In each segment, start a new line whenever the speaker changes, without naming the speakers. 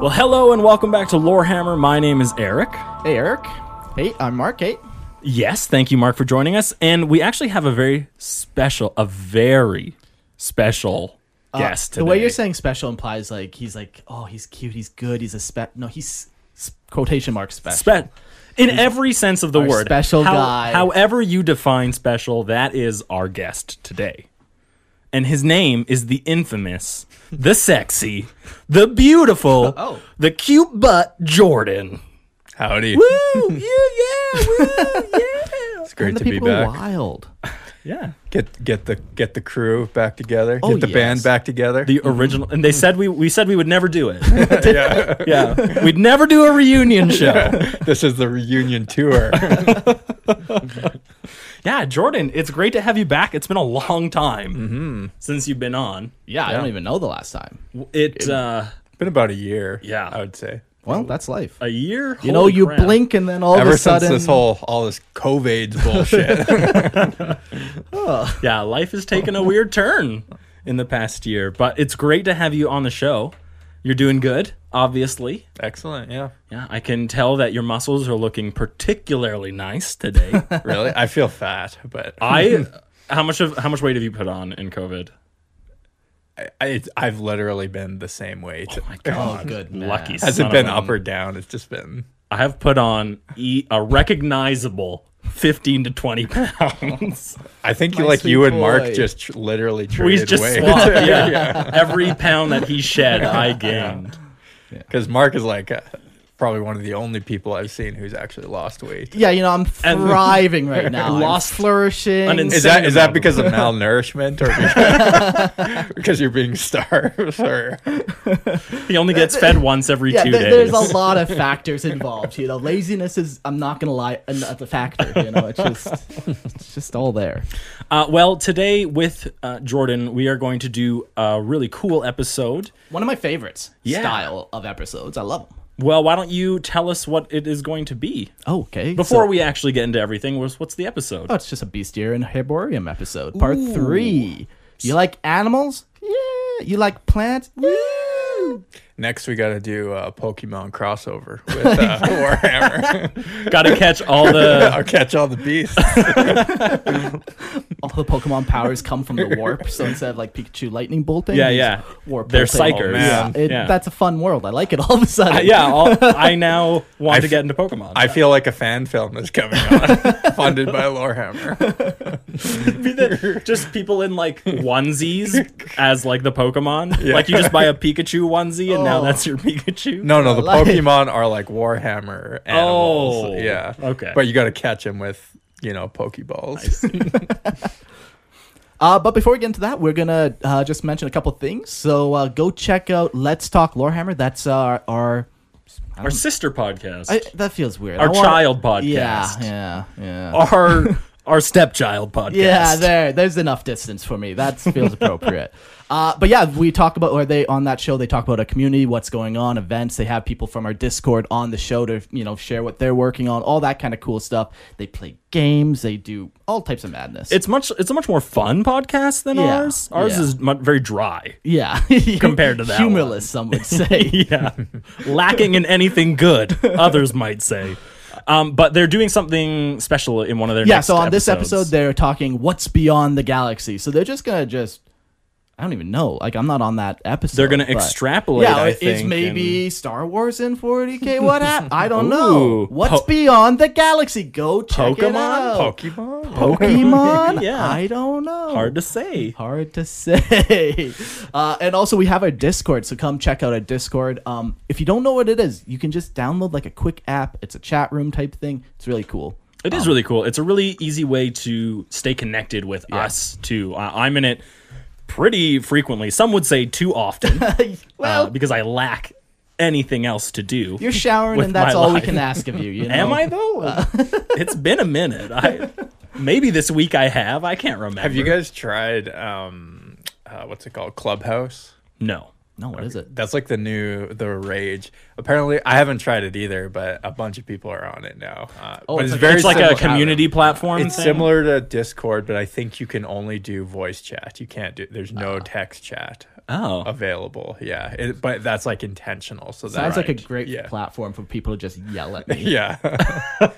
Well, hello and welcome back to Lorehammer. My name is Eric.
Hey, Eric. Hey, I'm Mark. Hey.
Yes, thank you, Mark, for joining us. And we actually have a very special, a very special guest
Uh, The way
today.
you're saying special implies like he's like, oh, he's cute, he's good, he's a spec. No, he's s- quotation mark special.
Spe- in every sense of the
Our
word,
special guy.
However you define special, that is our guest today, and his name is the infamous, the sexy, the beautiful,
Oh.
the cute butt Jordan.
Howdy.
Woo! Yeah, yeah, woo, yeah.
It's great
And the
to be
people are
back.
wild.
Yeah.
Get get the get the crew back together.
Oh,
get the band
yes.
back together.
the original and they said we we said we would never do it yeah we'd never do a reunion show
this is the reunion tour.
yeah jordan it's great to have you back it's been a long time since you've been on
Yeah, I don't even know the last time.
it uh
Been about a year.
Yeah.
I would say.
Well, that's life.
a year
you know,
Holy
you
crap.
blink and then all
Ever
of a
since
sudden,
this whole all this COVID bullshit.
yeah life has taken a weird turn in the past year but it's great to have you on the show you're doing good obviously
Excellent. Yeah.
yeah i can tell that your muscles are looking particularly nice today
Really? I feel fat, but I,
i how much of how much weight have you put on in covid
I I've literally been the same weight.
my god
oh, good man.
lucky son
Hasn't
of
been
a-
up or down. It's just been
I have put on e- a recognizable 15 to 20 pounds.
I think
My
like
sweet
you and Mark
boy.
just tr- literally
we
traded
just
weight.
swapped. Yeah. Every pound that he shed, I gained.
Because Mark is like uh, probably one of the only people I've seen who's actually lost weight.
Yeah, you know, I'm
And-
thriving right now.
Lost-
Lost, flourishing.
An ins-
Is that
Same
is that
amount of
because of malnourishment or because, because you're being starved? Or
He only gets fed once every
yeah,
two
there-
days.
there's a lot of factors involved. You know, laziness is, I'm not going to lie, another factor. You know, it's just, it's just all there.
Uh, well, today with uh, Jordan, we are going to do a really cool episode.
One of my favorites
Yeah.
style of episodes. I love them.
Well, why don't you tell us what it is going to be
Oh, okay.
before
So-
we actually get into everything? what's- What's the episode?
Oh, it's just a Bestiary and Herborium episode, part three. You like animals? Yeah. You like plants? Yeah.
next we got to do a Pokemon crossover with uh, Warhammer.
Got to catch all the.
I'll catch all the beasts.
All the Pokemon powers come from the warp, so instead of like Pikachu lightning bolting,
Yeah,
you
yeah.
just Warp
They're
bolting.
psychers.
Yeah,
Yeah.
it-
Yeah.
that's a fun world. I like it all of a sudden.
Yeah, all, I now want
I
to
f-
get into Pokemon.
I feel like a fan film is coming on, funded by Lorehammer.
be the, just people in like onesies as like the Pokemon. Like you just buy a Pikachu onesie and
Oh.
now that's your Pikachu.
No, no, the
Like-
Pokemon are like Warhammer animals.
Oh,
yeah,
okay.
But you got to catch them with you know Pokeballs.
Uh, but before we get into that, we're gonna uh, just mention a couple things. So uh, go check out Let's Talk Lorehammer. That's our our
Our sister podcast.
I, that feels weird.
Our
I wanna-
child podcast.
Yeah, yeah, yeah.
our our stepchild podcast.
Yeah, there. There's enough distance for me. That feels appropriate. uh, but yeah, we talk about or they on that show. They talk about a community, what's going on, events. They have people from our Discord on the show to you know share what they're working on, all that kind of cool stuff. They play games. They do all types of madness.
It's much. It's a much more fun podcast than
Yeah,
ours. Ours
yeah.
is mu- very dry,
yeah,
Compared to that
humorless, some would say.
yeah, lacking in anything good. Others might say, um, but they're doing something special in one of their.
yeah
next
so on this
episodes.
episode they're talking what's beyond the galaxy so they're just gonna just i don't even know like i'm not on that episode
They're gonna
but-
extrapolate.
yeah
I
is
think,
maybe star wars in 40k what hap- i don't
Ooh.
know what's
Po-
beyond the galaxy go check it out.
Pokemon?
pokemon
Yeah.
i don't know
and hard to say.
Hard to say. Uh, and also, we have our Discord, so come check out our Discord. Um, if you don't know what it is, you can just download like a quick app. It's a chat room type thing. It's really cool.
It is really cool. It's a really easy way to stay connected with us too. Uh, I'm in it pretty frequently. Some would say too often,
well,
uh, because I lack anything else to do.
You're showering,
with
and that's
my
all we
life.
can ask of you. you know? Uh.
Am I though? it's been a minute. I maybe this week I have. I can't remember.
Have you guys tried um uh, what's it called? Clubhouse?
No.
No, what is it?
That's like the new the rage. Apparently, I haven't tried it either, but a bunch of people are on it now. Uh, oh,
it's like-
It's like a community platform.
It's
thing?
similar to Discord, but I think you can only do voice chat. You can't do. There's no text chat
Oh.
available. Yeah, it, but that's like intentional. So that
Sounds like a
right.
great
yeah.
platform for people to just yell at me.
Yeah,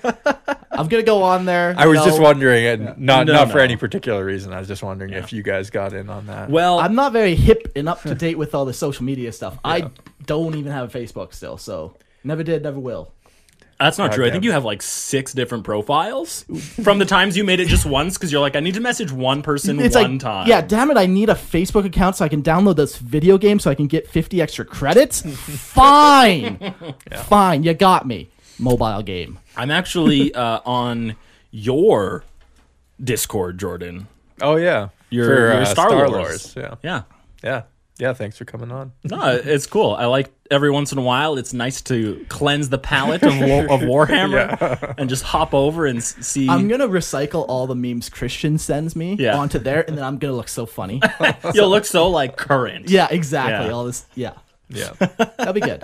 I'm gonna go on there.
I was
you
just
know,
wondering, and not
No,
not for
no.
any particular reason. I was just wondering if you guys got in on that.
Well,
I'm not very hip and up to date with all the social media stuff. I don't even have a Facebook still, so never did, never will.
that's not true. I think
damn.
you have like six different profiles from the times you made it just once because you're like, I need to message one person
It's
one
like,
time.
yeah, damn it! I need a Facebook account so I can download this video game so I can get 50 extra credits. Fine, fine, you got me. Mobile game.
I'm actually uh, on your Discord, Jordan.
oh yeah,
Your,
For,
your
uh,
Star, Wars.
Lords, Yeah,
Yeah.
yeah, yeah. Thanks for coming on.
No, it's cool. I like every once in a while. It's nice to cleanse the palate of, War- of Warhammer and just hop over and s- see.
I'm gonna recycle all the memes Christian sends me
Mm. Yeah.
onto there, and then I'm gonna look so funny.
You'll look so like current.
Yeah, exactly.
Yeah.
All this. Yeah,
Yeah,
that'd be good.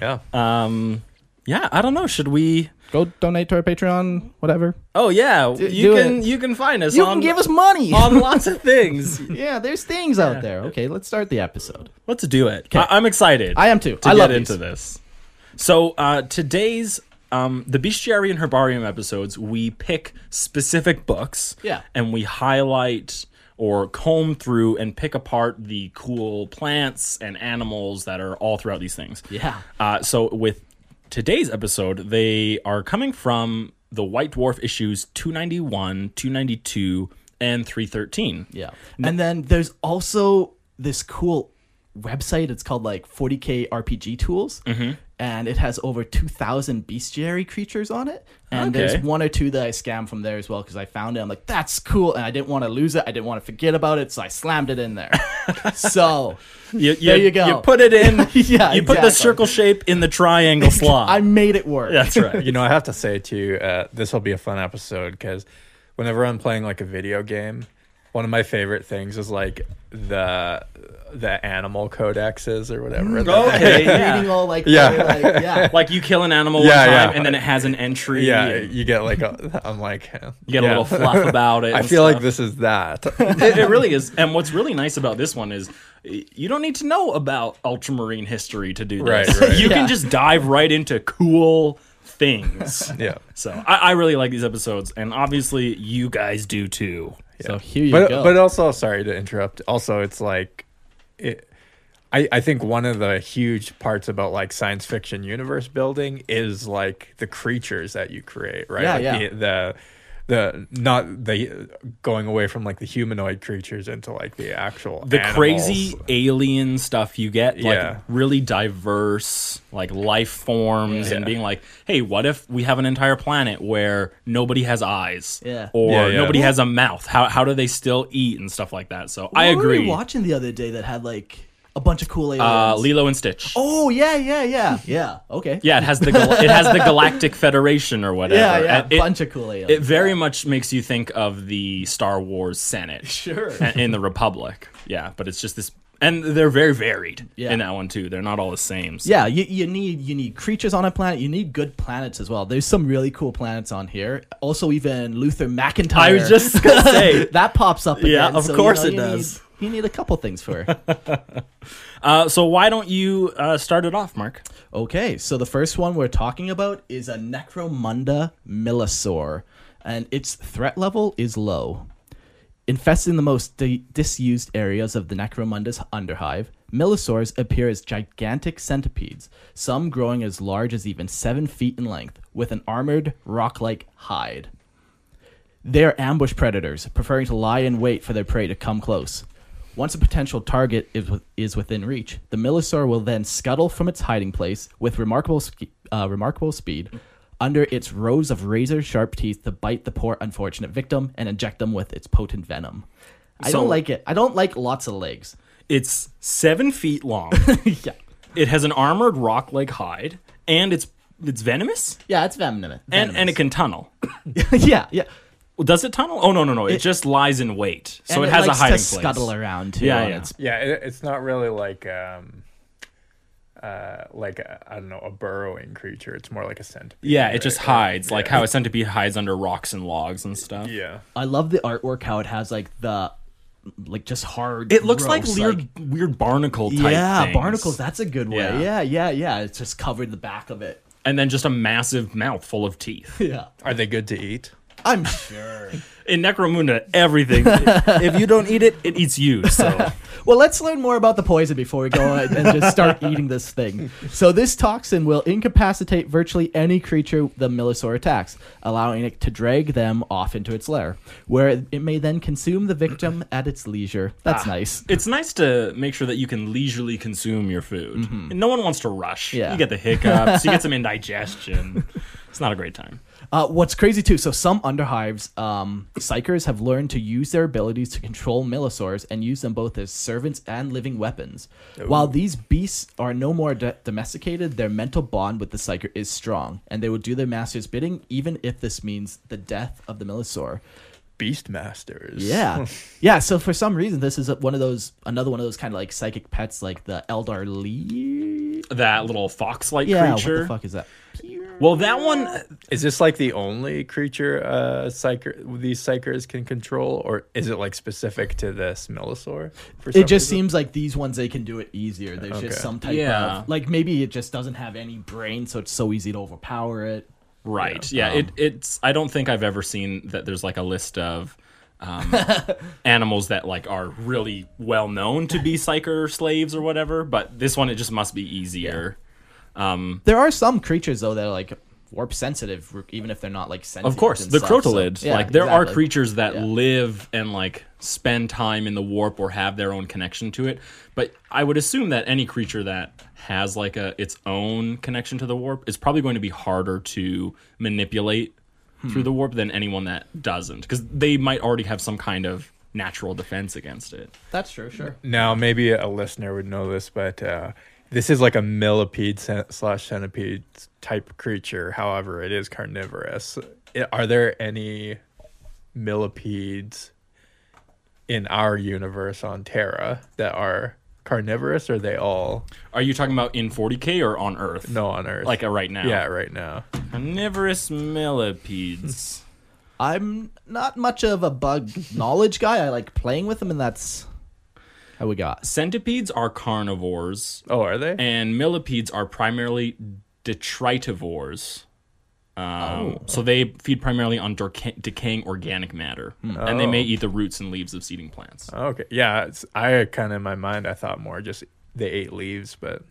yeah.
Um. Yeah. I don't know. Should we?
Go donate to our Patreon, whatever.
Oh yeah. you
do
can.
it.
You can find us.
You
on,
can give us money.
on lots of things.
yeah, there's things out there. Okay, let's start the episode.
Let's do it. I- am excited.
I am too.
To
I
get
love
into
these.
this. So uh, today's um, the bestiary and herbarium episodes, we pick specific books.
Yeah.
And we highlight or comb through and pick apart the cool plants and animals that are all throughout these things.
Yeah.
Uh, so with today's episode, they are coming from the White Dwarf issues 291, 292, and 313.
Yeah, and then there's also this cool website. It's called like 40k RPG Tools, and it has over 2,000 bestiary creatures on it. And
Okay.
there's one or two that I scammed from there as well because I found it. I'm like, that's cool, and I didn't want to lose it. I didn't want to forget about it, so I slammed it in there. so
You,
There you go.
You put it in.
Yeah,
You put the
exactly.
circle shape in the triangle slot.
I made it work.
That's right.
You know, I have to say too, uh, this will be a fun episode because whenever I'm playing like a video game, one of my favorite things is like the the animal codexes or whatever.
Mm, Okay.
Reading
yeah.
all like,
Yeah.
really, like, yeah.
Like you kill an animal
Yeah,
one time,
yeah.
and then it has an entry.
yeah,
and
you get like a, I'm like
you get a little fluff about it.
I
and
feel like
stuff.
this is that.
it, it really is. And what's really nice about this one is y- you don't need to know about ultramarine history to do this.
Right, right.
You
Yeah.
can just dive right into cool things.
yeah.
So I, I really like these episodes, and obviously you guys do too.
So here you
but
go.
but uh, also sorry to interrupt also it's like it I, I think one of the huge parts about like science fiction universe building is like the creatures that you create right
Yeah,
Like,
yeah.
The, the the not the going away from like the humanoid creatures into like the actual
the
animals.
crazy alien stuff you get like
Yeah.
really diverse like life forms and being like hey what if we have an entire planet where nobody has eyes
Yeah.
or
Yeah, yeah.
nobody has a mouth how, how do they still eat and stuff like that so i
What were we
agree
watching the other day that had like a bunch of cool aliens.
Uh, Lilo and Stitch.
oh yeah, yeah, yeah, yeah. Okay.
Yeah, it has the gal- it has the Galactic Federation or whatever.
yeah, yeah.
And it-
bunch of cool aliens.
It very much makes you think of the Star Wars Senate.
Sure.
a- In the Republic. Yeah, but it's just this. And they're very varied
Yeah.
in that one, too. They're not all the same. so-
Yeah, you, you need you need creatures on a planet. You need good planets as well. There's some really cool planets on here. Also, even Luther McIntyre.
I was just going to say.
that pops up. Again,
Yeah, of
so,
course it
you need-
does.
you need a couple things for.
Uh, so why don't you uh, start it off, Mark?
Okay, so the first one we're talking about is a Necromunda Millisaur, and its threat level is low. Infesting the most di- disused areas of the Necromunda's underhive, Millisaurs appear as gigantic centipedes, some growing as large as even 7 feet in length, with an armored, rock like hide. They are ambush predators, preferring to lie in wait for their prey to come close. Once a potential target is, with- is within reach, the Millisaur will then scuttle from its hiding place with remarkable, sk- uh, remarkable speed under its rows of razor sharp teeth to bite the poor unfortunate victim and inject them with its potent venom. I
So-
don't like it. I don't like lots of legs.
It's seven feet long.
yeah.
it has an armored rock like hide, and it's it's venomous,
Yeah, it's venom.
and and it can tunnel.
can. yeah, yeah.
Well, Does it tunnel? Oh no no no! It, just lies in wait, so
And
it, has a
likes
hiding
to
place.
scuttle around too.
Yeah,
on
yeah.
its-
Yeah, it, it's not really like um, uh, like a, I don't know a burrowing creature. It's more like a centipede.
Yeah, it just
right?
hides, like
Yeah.
how a centipede hides under rocks and logs and stuff.
Yeah,
I love the artwork. How it has like the like just hard.
It looks like
gross,
weird, weird barnacle type.
yeah,
things.
barnacles. That's a good way.
Yeah.
Yeah. yeah, yeah, It's just covered the back of it.
and then just a massive mouth full of teeth.
Yeah,
are they good to eat?
I'm sure.
In Necromunda, everything. if you don't eat it, it eats you. So
well, let's learn more about the poison before we go and and just start eating this thing. So this toxin will incapacitate virtually any creature the Millisaur attacks, allowing it to drag them off into its lair, where it, it may then consume the victim at its leisure. That's nice.
it's nice to make sure that you can leisurely consume your food. And no one wants to rush.
Mm-hmm. Yeah.
You get the hiccups, you get some indigestion. It's not a great time.
Uh, what's crazy too? So some underhives, um, psychers have learned to use their abilities to control millisaurs and use them both as servants and living weapons. While these beasts are no more d- domesticated, their mental bond with the psyker is strong, and they will do their master's bidding, even if this means the death of the millisaur.
Beast masters.
Yeah, yeah. So for some reason, this is one of those, another one of those kind of like psychic pets, like the Eldar Lee.
That little fox-like
Yeah,
creature.
what the fuck is that?
Well, that one uh,
Is this like the only creature uh, psyker these psychers can control, or is it like specific to this Millisaur? For
it just seems like these ones they can do it easier. There's
Okay.
just some type
Yeah.
of like maybe it just doesn't have any brain, so it's so easy to overpower it.
Right. Yeah. it,
Um.
it's. I don't think I've ever seen that. There's like a list of um, animals that like are really well known to be psyker slaves or whatever. But this one, it just must be easier. Um,
There are some creatures though that are like warp sensitive, r- even if they're not like sensitive.
of course, the crotalid. like there are creatures that
Yeah.
live and like spend time in the warp or have their own connection to it. But I would assume that any creature that has like a its own connection to the warp is probably going to be harder to manipulate
Hmm.
through the warp than anyone that doesn't because they might already have some kind of natural defense against it.
That's true. Sure.
Now, maybe a listener would know this, but uh, this is like a millipede cen- slash centipede type creature. However, it is carnivorous. I are there any millipedes in our universe on Terra that are carnivorous? Or are they all
Are you talking about in 40k or on Earth?
no on Earth?
Like uh, right now.
yeah, right now.
Carnivorous millipedes.
I'm not much of a bug knowledge guy. I like playing with them, and that's how we got.
Centipedes are carnivores.
Oh, are they?
and millipedes are primarily detritivores. Um, So they feed primarily on derca- decaying organic matter, and they may eat the roots and leaves of seeding plants.
okay, yeah. It's, I kind of in my mind, I thought more just they ate leaves, but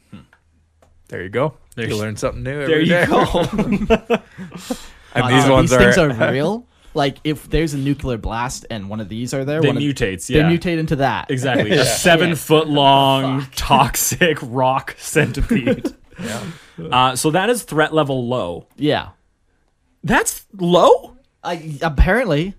there you go.
There's-
you learn something new.
there
every
you
day.
go.
and these
Uh,
ones
things
are
are real. Like if there's a nuclear blast and one of these are there,
They
one of-
mutates,
They
yeah.
mutate into that.
Exactly, a seven foot long toxic rock centipede. uh, so that is threat level low.
Yeah.
That's low.
I, apparently,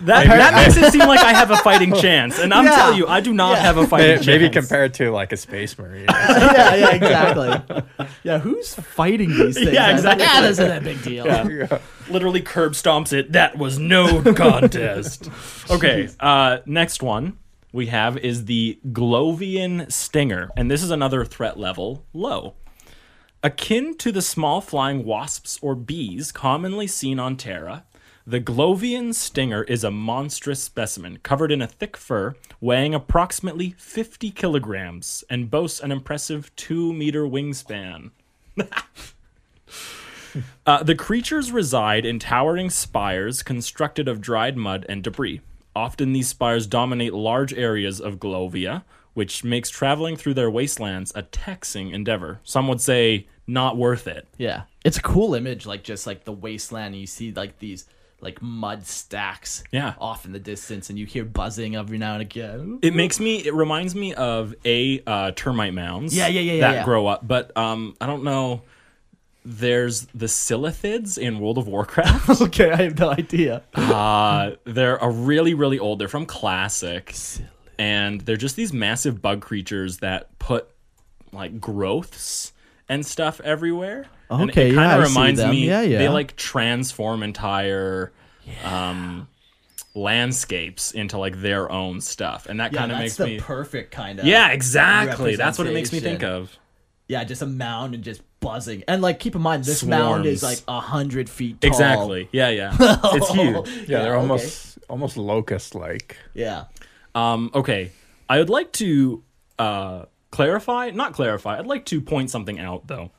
That, that makes it seem like I have a fighting chance, and I'm
Yeah.
telling you, I do not have a fighting
May-
chance.
Maybe compared to like a space marine.
yeah, yeah, exactly. Yeah, who's fighting these things?
Yeah,
I was like,
exactly.
Yeah, that isn't that big deal.
literally curb stomps it. That was no contest. okay, uh, next one we have is the Glovian Stinger, and this is another threat level low. Akin to the small flying wasps or bees commonly seen on Terra, the Glovian Stinger is a monstrous specimen covered in a thick fur, weighing approximately 50 kilograms, and boasts an impressive 2 meter wingspan. Uh, the creatures reside in towering spires constructed of dried mud and debris. Often these spires dominate large areas of Glovia, which makes traveling through their wastelands a taxing endeavor. Some would say not worth it.
Yeah, it's a cool image, like just like the wasteland. And you see like these like mud stacks,
Yeah.
off in the distance, and you hear buzzing every now and again.
It makes me. It reminds me of a uh, termite mounds.
Yeah, yeah, yeah, yeah,
That
yeah.
grow up, but um, I don't know. There's the Silithids in World of Warcraft.
Okay, I have no idea.
uh, they're a really, really old. They're from Classic, and they're just these massive bug creatures that put like growths and stuff everywhere. And
Okay,
it
yeah,
kind
I
of
see
reminds
them.
me.
Yeah, yeah.
They like transform entire. Um, landscapes into like their own stuff and that
Yeah,
kind of
that's
makes
the
me
perfect kind of
yeah, exactly. That's what it makes me think
representation.
of.
yeah, just a mound and just buzzing. And like, keep in mind, this mound is like
Swarms.
a hundred feet tall.
Exactly. Yeah, yeah. it's huge.
Yeah, they're
okay.
almost almost locust like.
Yeah.
Um, okay. I would like to uh, clarify, not clarify, I'd like to point something out though.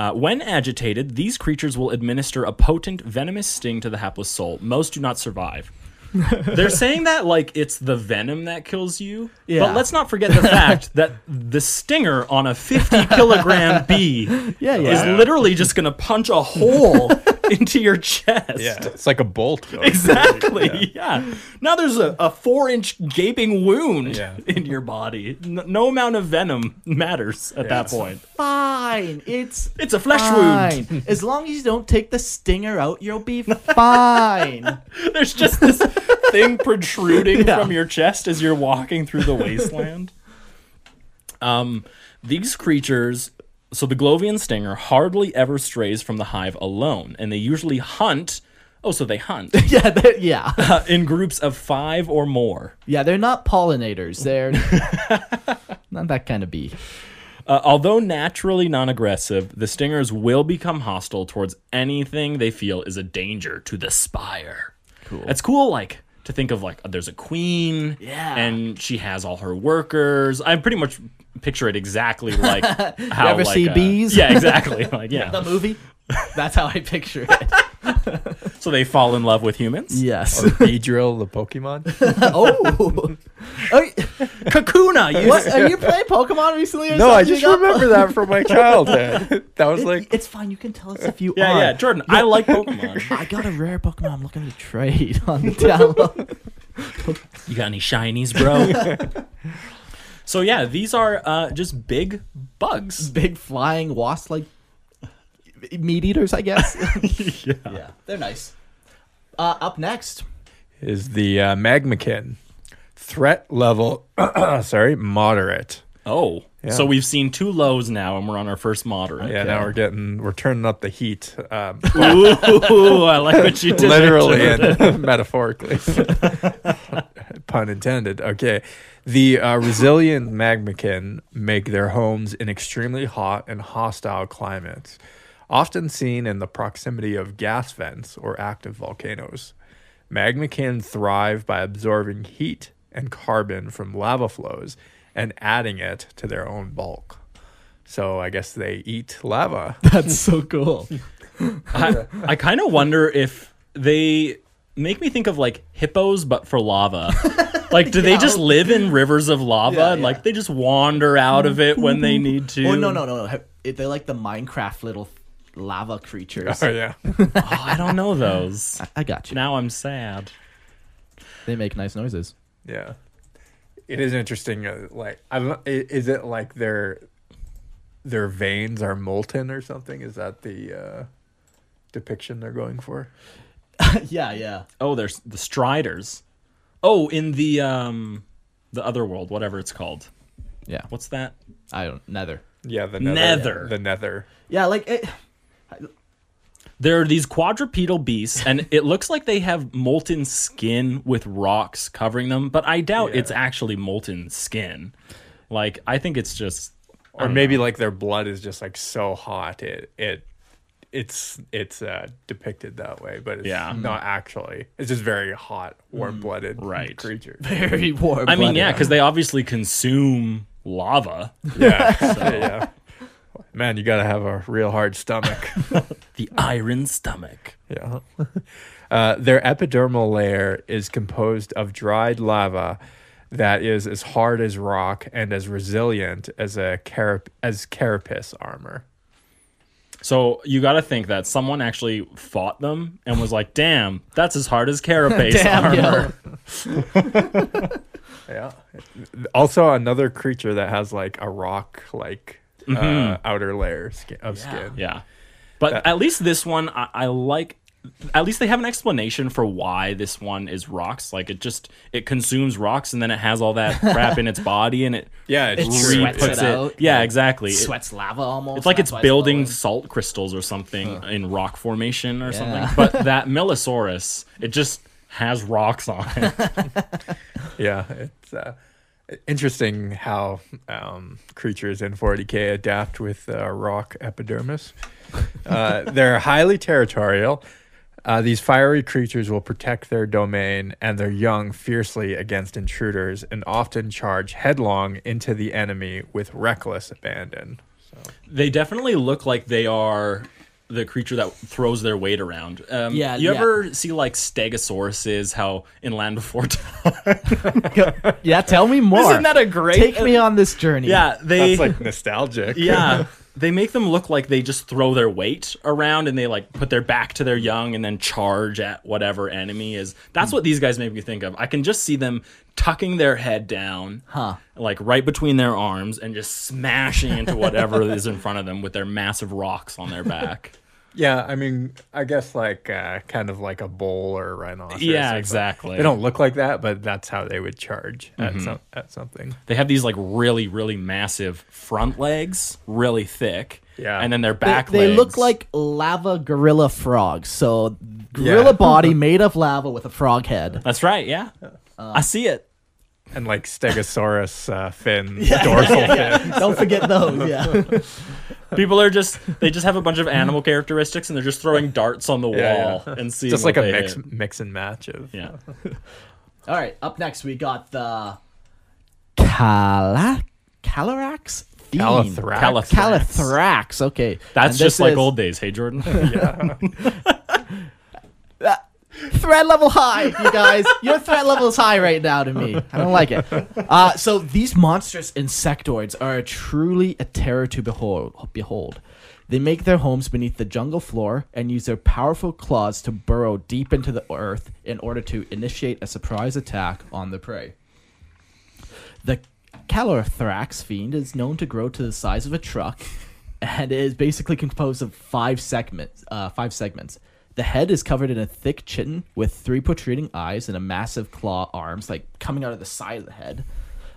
Uh, when agitated, these creatures will administer a potent venomous sting to the hapless soul. Most do not survive. They're saying that like it's the venom that kills you,
Yeah.
but let's not forget the fact that the stinger on a 50 kilogram bee
Yeah, yeah.
is literally just going to punch a hole into your chest.
Yeah, it's like a bolt. going
Exactly. Yeah. Now there's a, a four inch gaping wound
Yeah.
in your body. N- no amount of venom matters at that point.
Fine. It's
It's a flesh
fine. as long as you don't take the stinger out, you'll be fine.
wound. There's just this thing protruding
Yeah.
from your chest as you're walking through the wasteland. Um, these creatures. So the Glovian stinger hardly ever strays from the hive alone, and they usually hunt. Oh, so they hunt
yeah, they're- yeah.
in groups of five or more.
Yeah, they're not pollinators. They're not that kind of bee.
Uh, although naturally non aggressive, the stingers will become hostile towards anything they feel is a danger to the spire. Cool. It's cool, like, to think of, like, there's a queen.
Yeah.
And she has all her workers. I pretty much picture it exactly like how.
ever
like,
see
uh,
bees?
Yeah, exactly. Like, yeah.
movie? That's how I picture it.
So they fall in love with humans.
Yes.
Or Beedrill the Pokemon.
oh. Are you-
Kakuna, you
what? Are you playing Pokemon recently? Or
no, I
something?
just remember that from my childhood. That was like
it's fine. You can tell us if you
Yeah,
are.
yeah. Jordan, I like Pokemon.
I got a rare Pokemon. I'm looking to trade on the download.
You got any shinies, bro? so, yeah, these are uh, just big bugs.
Big flying wasp like meat eaters, I guess. yeah. They're nice. Uh, up next.
is the uh, Magmakin threat level. sorry, moderate.
Oh,
Yeah.
so we've seen two lows now, and we're on our first moderate.
Yeah, now we're getting we're turning up the heat, um,
Ooh, I like what you did.
literally and metaphorically. Pun intended. Okay, the uh, resilient magmakin make their homes in extremely hot and hostile climates, often seen in the proximity of gas vents or active volcanoes. Magmakin thrive by absorbing heat and carbon from lava flows and adding it to their own bulk. So I guess they eat lava.
That's so cool.
I, I kind of wonder if they make me think of like hippos, but for lava. Like, do they just live in rivers of lava?
Yeah,
and,
yeah.
Like, they just wander out of it when they need to.
Oh no no no! no. It- They're like the Minecraft little lava creatures.
Oh yeah.
Oh, I don't know those.
I got you.
Now I'm sad.
They make nice noises.
Yeah, it is interesting. Uh, like, I don't. i- Is it like their their veins are molten or something? Is that the uh, depiction they're going for?
yeah, yeah.
Oh, there's the Striders. Oh, in the um, the other world, whatever it's called.
Yeah.
What's that?
I don't nether.
Yeah, the nether.
Nether.
The nether.
Yeah, like it,
There are these quadrupedal beasts, and it looks like they have molten skin with rocks covering them, but I doubt
Yeah.
it's actually molten skin. Like, I think it's just.
Or maybe like their blood is just like so hot it it it's it's uh depicted that way, but it's
Yeah. Mm.
not actually. It's just very hot, warm blooded
right.
creature.
very warm.
I mean,
blooded.
yeah, because they obviously consume lava.
Yeah. yeah. Man, you gotta have a real hard stomach.
The iron stomach.
Yeah. Uh, their epidermal layer is composed of dried lava that is as hard as rock and as resilient as a carap- as carapace armor.
So you got to think that someone actually fought them and was like, "Damn, that's as hard as carapace
Damn, yo.
armor."
Yeah. Also, another creature that has like a rock like uh, outer layer skin- of skin.
Yeah, but at least this one, I, I like. At least they have an explanation for why this one is rocks. Like it just it consumes rocks and then it has all that crap in its body and it
Yeah,
It
it's
sweats
puts
it out.
Yeah, exactly. It-
sweats lava almost.
it's like
that's
it's
why
building
glowing.
salt crystals or something in rock formation or
Yeah.
something. But that Millosaurus, it just has rocks on it.
yeah, it's uh, interesting how um, creatures in 40k adapt with uh, rock epidermis. Uh, they're highly territorial. Uh, these fiery creatures will protect their domain and their young fiercely against intruders and often charge headlong into the enemy with reckless abandon.
They definitely look like they are the creature that throws their weight around. Um,
Yeah,
You
yeah.
ever see like stegosauruses? How in Land Before Time?
Yeah, tell me more.
Isn't that a great- uh,
Take me on this journey.
yeah, they.
That's like nostalgic.
yeah, they make them look like they just throw their weight around and they like put their back to their young and then charge at whatever enemy is. That's what these guys make me think of. I can just see them tucking their head down,
Huh.
like right between their arms, and just smashing into whatever is in front of them with their massive rocks on their back.
Yeah, I mean, I guess like uh, kind of like a bull or a rhinoceros.
Yeah,
Like,
exactly.
They don't look like that, but that's how they would charge at, some, at something.
They have these like really, really massive front legs, really thick.
Yeah.
And then their
They-
back
they
legs.
look like lava gorilla frogs. So gorilla
Yeah.
body made of lava with a frog head.
That's right, yeah.
Uh.
I see it.
And like Stegosaurus uh, fin, dorsal fin.
Don't forget those. Yeah.
People are just they just have a bunch of animal characteristics and they're just throwing darts on the wall
Yeah, yeah.
and seeing
Just like a
what they
mix,
hit.
mix and match of.
Yeah.
All right. Up next, we got the Cala Calarax. Fiend.
Calithrax.
Calithrax.
Calithrax. Okay.
That's
And
just
this
like
is
old days, hey Jordan.
threat level high, you guys. Your threat level is high right now to me. I don't like it. Uh, so these monstrous insectoids are truly a terror to behold. Behold. They make their homes beneath the jungle floor and use their powerful claws to burrow deep into the earth in order to initiate a surprise attack on the prey. The Calorthrax fiend is known to grow to the size of a truck, and is basically composed of five segments. Uh, five segments. The head is covered in a thick chitin with three protruding eyes and a massive claw arms, like coming out of the side of the head.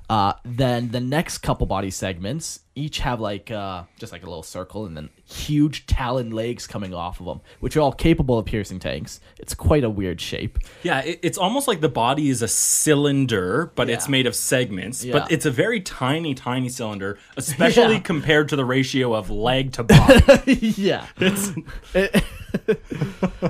Uh, then the next couple body segments each have like uh, just like a little circle, and then huge talon legs coming off of them, which are all capable of piercing tanks. It's quite a weird shape.
yeah, it, it's almost like the body is a cylinder, but it's
Yeah.
made of segments.
Yeah.
But it's a very tiny, tiny cylinder, especially
Yeah.
compared to the ratio of leg to body.
yeah.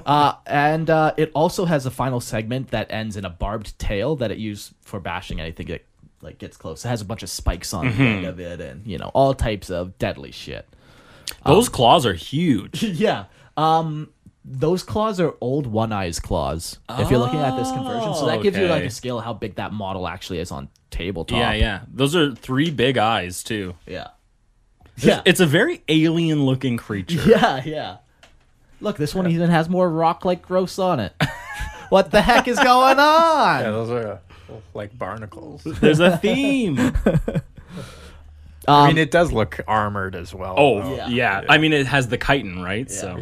uh, and uh, it also has a final segment that ends in a barbed tail that it used for bashing anything that like gets close. It has a bunch of spikes
Mm-hmm.
on the end of it, and you know all types of deadly shit.
Those claws are huge.
yeah. Um, those claws are old One Eye's claws. if you're looking at this conversion, so that gives you like
Oh, okay.
a scale of how big that model actually is on tabletop.
Yeah, yeah. Those are three big eyes too.
yeah, yeah,
It's a very alien looking creature.
yeah, yeah. Look, this one even has more rock-like growths on it. what the heck is going on?
Yeah, those are uh, like barnacles.
There's a theme.
I mean, it does look armored as well.
Oh
though.
yeah.
Yeah.
I mean, it has the chitin, right? So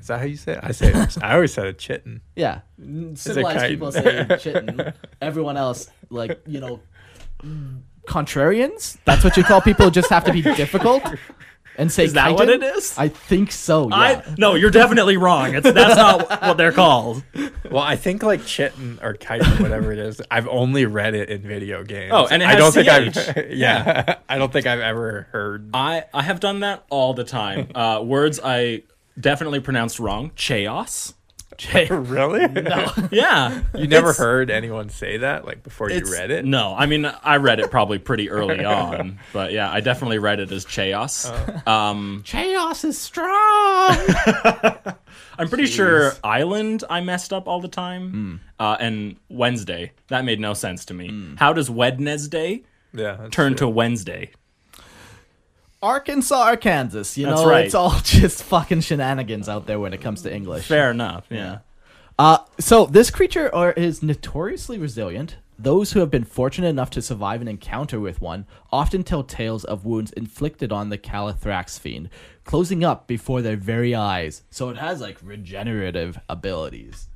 Is that how you say it? I say it. I always said a chitin.
Yeah, N- civilized
kite.
people say chitin. Everyone else, like you know, contrarians. That's what you call people who just have to be difficult and say.
Is that what
chitin?
it is?
I think so. Yeah.
I no, you're definitely wrong. It's, that's not what they're called.
Well, I think like chitin or chitin, whatever it is. I've only read it in video games.
Oh, and it
I
has
don't think
CH.
I've. Yeah, I don't think I've ever heard.
I I have done that all the time. Uh, words I definitely pronounced wrong. Chaos.
Really?
Yeah.
You never
It's-
heard anyone say that like before you
it's-
read it?
No, I mean I read it probably pretty early on, but yeah, I definitely read it as chaos.
Oh.
Um,
Chaos is strong.
I'm pretty sure island I messed up all the
Hmm.
time, uh, and Wednesday that made no sense to me. How does Wednesday
Yeah. that's
turn
true.
to Wednesday?
Arkansas, Arkansas. You
That's
know,
right.
it's all just fucking shenanigans out there when it comes to English.
Fair enough. Yeah.
Uh, so this creature are, is notoriously resilient. Those who have been fortunate enough to survive an encounter with one often tell tales of wounds inflicted on the Calathrax fiend, closing up before their very eyes. So it has like regenerative abilities.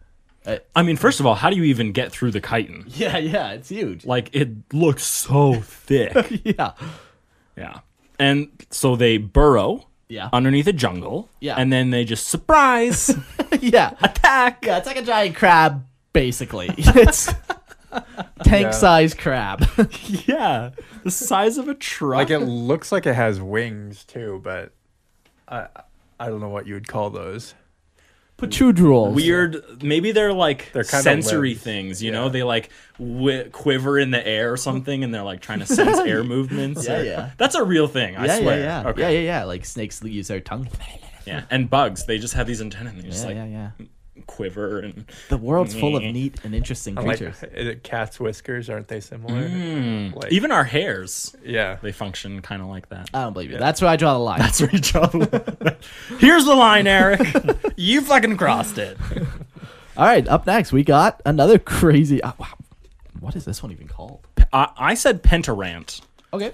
I mean, first of all, how do you even get through the chitin?
Yeah, yeah, it's huge.
Like it looks so thick.
yeah,
yeah. And so they burrow
Yeah.
underneath a jungle.
Yeah.
And then they just surprise.
yeah, attack. Yeah, it's like a giant crab, basically. it's tank-sized crab.
yeah. The size of a truck.
Like it looks like it has wings too, but I I don't know what you would call those.
Patrudrals.
weird maybe they're like
They're kinda
sensory
limbs,
things you know they like wi quiver in the air or something and they're like trying to sense air movements
Yeah,
or-
yeah.
that's a real thing i
yeah,
swear
Yeah, yeah. yeah, yeah, yeah. Like snakes use their tongue.
Yeah, and bugs they just have these antennae and they just
Yeah,
like
yeah, yeah.
quiver and
The world's full of neat and interesting
Like
creatures.
uh, cat's whiskers, aren't they similar? Like,
Mm. even our hairs
yeah.
they function kind of like that
I don't believe you. That's where I draw the line.
that's where you draw the line. here's the line eric you fucking crossed it
All right, up next we got another crazy. Uh, wow, what is this one even called?
I, I said pentarant
Okay.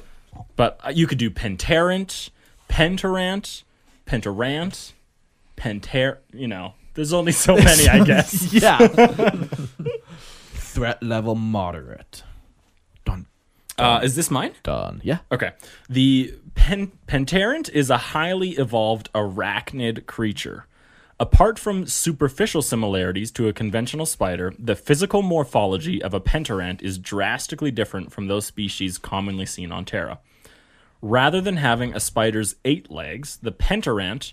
But uh, you could do Pentarant, Pentarant, Pentarant, Pentar. You know, there's only so many, I guess.
Yeah. Threat level moderate. Dun
Uh, is this mine?
dun. Yeah.
Okay. The pen- Pentarant is a highly evolved arachnid creature. Apart from superficial similarities to a conventional spider, the physical morphology of a pentarant is drastically different from those species commonly seen on Terra. Rather than having a spider's eight legs, the pentarant,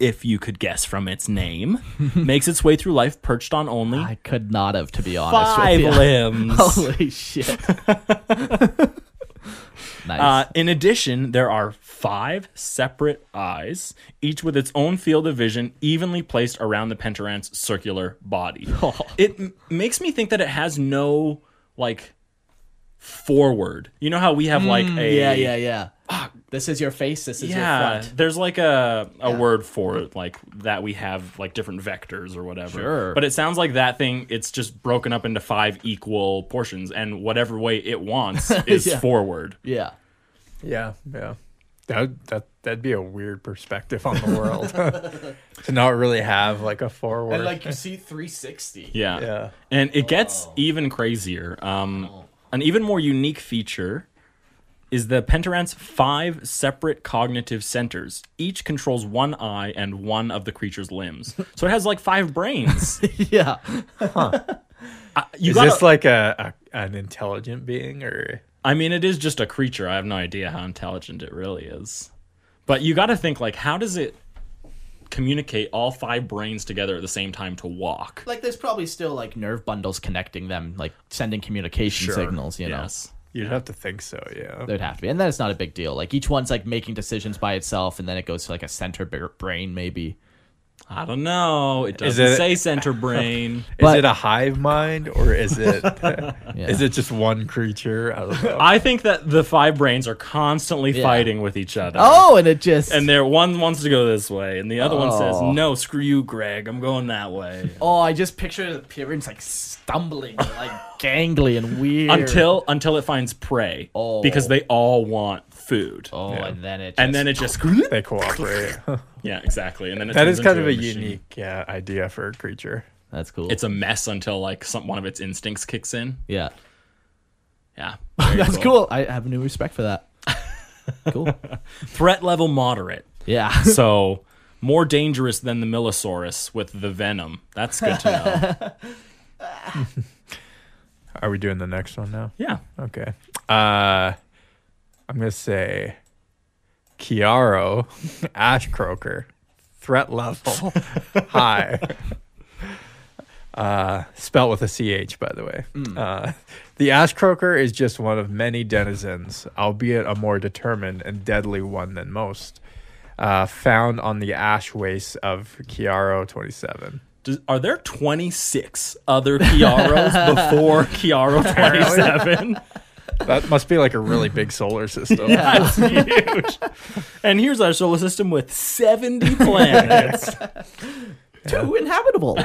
if you could guess from its name, makes its way through life perched on only
I could not have, to be honest.
five
with you.
limbs.
Holy shit. nice.
Uh, in addition, there are five separate eyes, each with its own field of vision evenly placed around the pentarant's circular body.
Oh.
It m- makes me think that it has no like forward. You know how we have like a
Hmm. yeah, yeah, yeah. This is your face. This is
yeah,
your front.
there's like a a word for it, like that we have like different vectors or whatever.
Sure.
But it sounds like that thing. It's just broken up into five equal portions, and whatever way it wants is
Yeah.
forward.
Yeah.
Yeah, yeah. That that that'd be a weird perspective on the world to not really have like a forward.
you see 360.
Yeah.
Yeah.
And it gets even crazier. Um, An even more unique feature is the Pentarant's five separate cognitive centers. Each controls one eye and one of the creature's limbs. So it has like five brains.
Yeah.
You
is
gotta-
this like a, a an intelligent being or?
I mean, it is just a creature. I have no idea how intelligent it really is. But you got to think like, how does it communicate all five brains together at the same time to walk?
Like there's probably still like nerve bundles connecting them, like sending communication signals, you know.
Yes.
You'd have to think so. Yeah.
There'd have to be. And then it's not a big deal. Like each one's like making decisions by itself and then it goes to like a center bigger brain maybe.
I don't know. It
Is
doesn't
it-
say center brain.
Is
But-
it a hive mind or is it is it just one creature? I don't know.
I think that the five brains are constantly fighting with each other.
Oh, and it just
And they're one wants to go this way, and the other one says,
Oh.
"No, screw you, Greg. I'm going that way."
Oh, I just picture the appearance like stumbling, like gangly and weird.
until until it finds prey,
Oh.
because they all want food.
Oh,
Yeah.
and then it. Just,
And then it just
They cooperate.
yeah, exactly. And then it
that
turns
is kind
into
of a
machine.
unique yeah, idea for a creature.
That's cool.
It's a mess until like some one of its instincts kicks in.
yeah.
Yeah, very
That's cool. I have a new respect for that. cool.
Threat level moderate.
Yeah.
so more dangerous than the Millosaurus with the venom. That's good to know.
Are we doing the next one now?
yeah.
Okay. Uh, I'm gonna say Kiaro, Ash Croaker, threat level high. Uh, spelt with a ch, by the way. Uh, the ash croaker is just one of many denizens, albeit a more determined and deadly one than most, uh, found on the ash wastes of Kiaro 27.
Does, are there 26 other Kiaros before Kiaro 27?
That must be like a really big solar system.
That's huge. And here's our solar system with 70 planets.
Too inhabitable.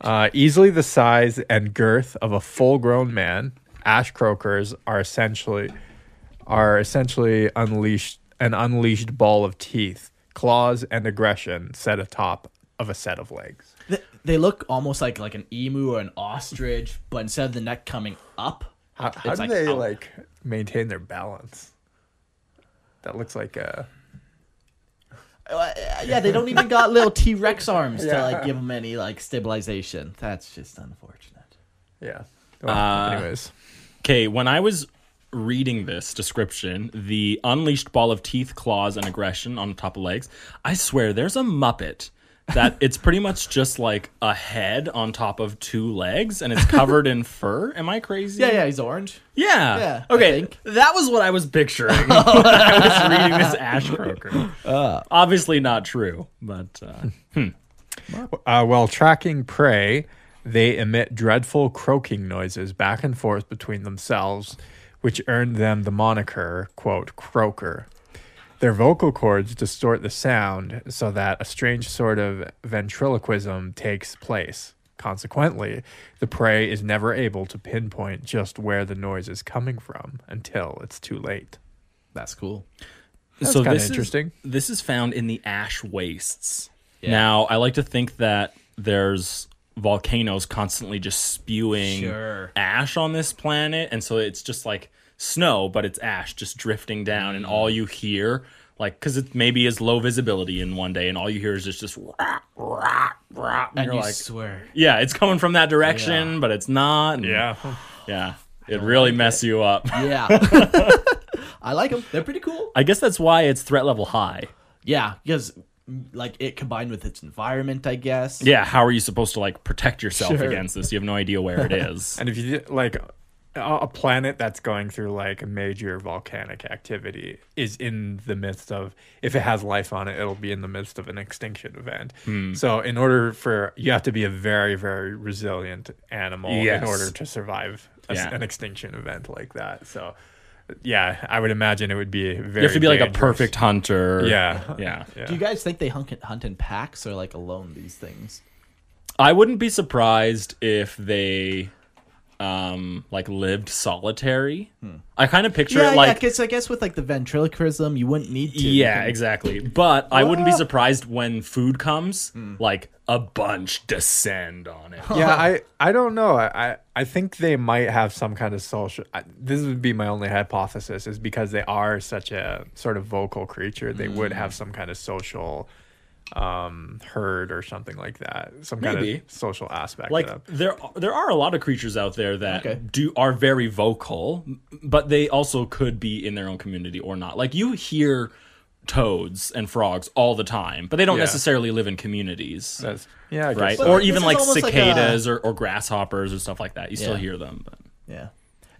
Uh, easily the size and girth of a full-grown man, ash croakers are essentially are essentially unleashed an unleashed ball of teeth, claws, and aggression set atop of a set of legs.
Th- they look almost like like an emu or an ostrich, but instead of the neck coming up,
How, how do
like
they
out.
like maintain their balance? That looks like uh, a
yeah, they don't even got little T Rex arms to
Yeah.
like give them any like stabilization. That's just unfortunate.
yeah. Well, anyways,
Okay, when I was reading this description, the unleashed ball of teeth, claws, and aggression on the top of legs, I swear there's a Muppet that it's pretty much just like a head on top of two legs and it's covered in fur. Am I crazy?
Yeah, yeah, he's orange.
Yeah.
Yeah, I
okay.
think.
That was what I was picturing when I was reading this Ash Croaker.
Uh.
Obviously not true, but uh,
Uh, while tracking prey, they emit dreadful croaking noises back and forth between themselves, which earned them the moniker, quote, croaker. Their vocal cords distort the sound so that a strange sort of ventriloquism takes place. Consequently, the prey is never able to pinpoint just where the noise is coming from until it's too late.
That's cool.
That's
so
kinda
this
interesting.
Is, this is found in the ash wastes. Now, I like to think that there's volcanoes constantly just spewing
Sure.
ash on this planet, and so it's just like snow, but it's ash just drifting down, and all you hear, like, because it maybe is low visibility in one day, and all you hear is just just rah, rah, rah, and, you're like,
swear.
yeah, it's coming from that direction, but it's not. and- yeah, it really mess you up.
Yeah. I like them. They're pretty cool.
I guess that's why it's threat level high.
Yeah, because like it combined with its environment, I guess.
yeah how are you supposed to like protect yourself against this you have no idea where it is
And if you did- like a a planet that's going through like major volcanic activity is in the midst of if it has life on it it'll be in the midst of an extinction event.
Hmm.
So in order for you have to be a very very resilient animal
Yes.
in order to survive a s-
Yeah.
an extinction event like that. So yeah, I would imagine it would be very
you have to be like a
dangerous.
perfect hunter
yeah.
yeah
Do you guys think they hunt, hunt in packs or like alone these things?
i wouldn't be surprised if they um like lived solitary Hmm. i kind of picture
yeah,
it
yeah.
like
Because I guess with like the ventriloquism, you wouldn't need to. You
Yeah,
can-
exactly. But I wouldn't be surprised when food comes, like a bunch descend on it.
yeah i i don't know I, I i think they might have some kind of social I, this would be my only hypothesis is because they are such a sort of vocal creature they would
Mm.
have some kind of social um herd or something like that some kind
Maybe.
of social aspect
like
of them.
there there are a lot of creatures out there that
Okay.
do are very vocal but they also could be in their own community or not like you hear toads and frogs all the time but they don't
Yeah.
necessarily live in communities
That's- yeah I guess
right
so.
or
This
even
is
like
almost like a-
cicadas or, or grasshoppers or stuff like that you still
Yeah.
hear them but.
Yeah.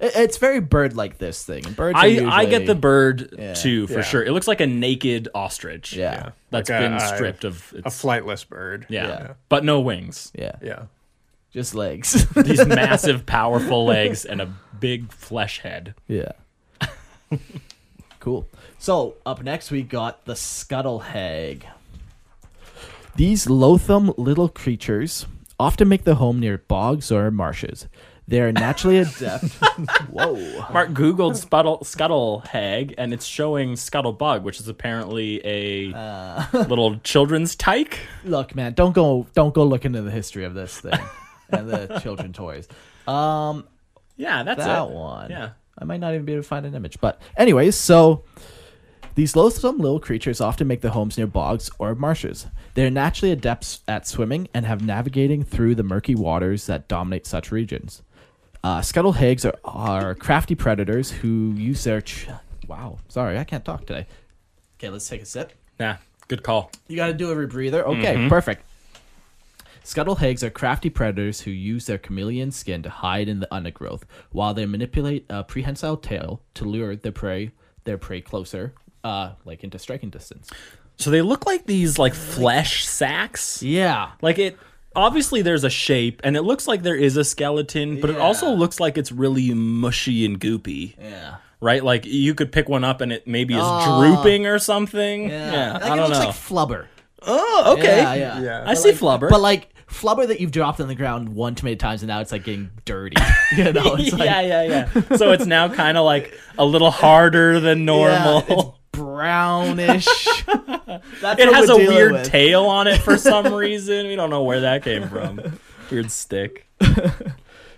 It, it's very bird like this thing. and Birds. are
I, I get
usually-
the bird too for
Yeah.
sure. It looks like a naked ostrich.
Yeah.
that's
Like a-
been
a-
stripped of
a
its
flightless bird
yeah,
Yeah.
but no wings.
Yeah.
yeah
Just legs.
These massive, powerful legs and a big flesh head.
Yeah. cool. So up next we got the scuttle hag. These loathsome little creatures often make their home near bogs or marshes. They are naturally adept. Whoa.
Mark Googled scuttle, scuttle hag, and it's showing scuttle bug, which is apparently a
Uh.
little children's tyke.
Look, man, don't go don't go look into the history of this thing and the children toys. Um
Yeah, that's
that
it.
one.
Yeah.
I might not even be able to find an image. But anyways, so these loathsome little creatures often make their homes near bogs or marshes. They're naturally adept at swimming and have navigating through the murky waters that dominate such regions. Uh, scuttle hags are, are crafty predators who use their. Ch- wow, sorry, I can't talk today. Okay, let's take a sip.
Yeah, good call.
You got to do a rebreather. Okay, perfect. Scuttle hags are crafty predators who use their chameleon skin to hide in the undergrowth, while they manipulate a prehensile tail to lure their prey their prey closer, uh, like into striking distance.
So they look like these like flesh sacks.
Yeah,
Like it obviously there's a shape and it looks like there is a skeleton, but it also
Yeah.
looks like it's really mushy and goopy.
yeah, Oh.
Right? Like you could pick one up and it maybe is drooping or something. Yeah.
Like,
I
it
don't know.
looks like flubber.
oh, okay.
Yeah, yeah.
Yeah.
I see flubber.
But like flubber that you've dropped on the ground one too many times, and now it's like getting dirty. you know, it's like
yeah, yeah, yeah. So it's now kind of like a little harder than
yeah,
normal.
it's brownish. That's
it
what
has
we're
a
dealing
weird
with.
tail on it for some reason. We don't know where that came from. Weird stick.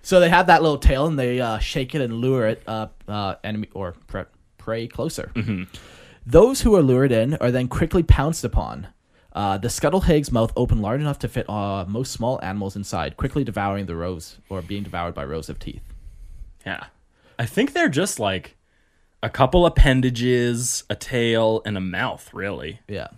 So they have that little tail and they uh, shake it and lure it uh, uh, enemy or pre- prey closer. Those who are lured in are then quickly pounced upon. Uh, the scuttle hag's mouth open large enough to fit uh, most small animals inside, quickly devouring the rows or being devoured by rows of teeth.
Yeah. I think they're just like a couple appendages, a tail, and a mouth, really.
Yeah.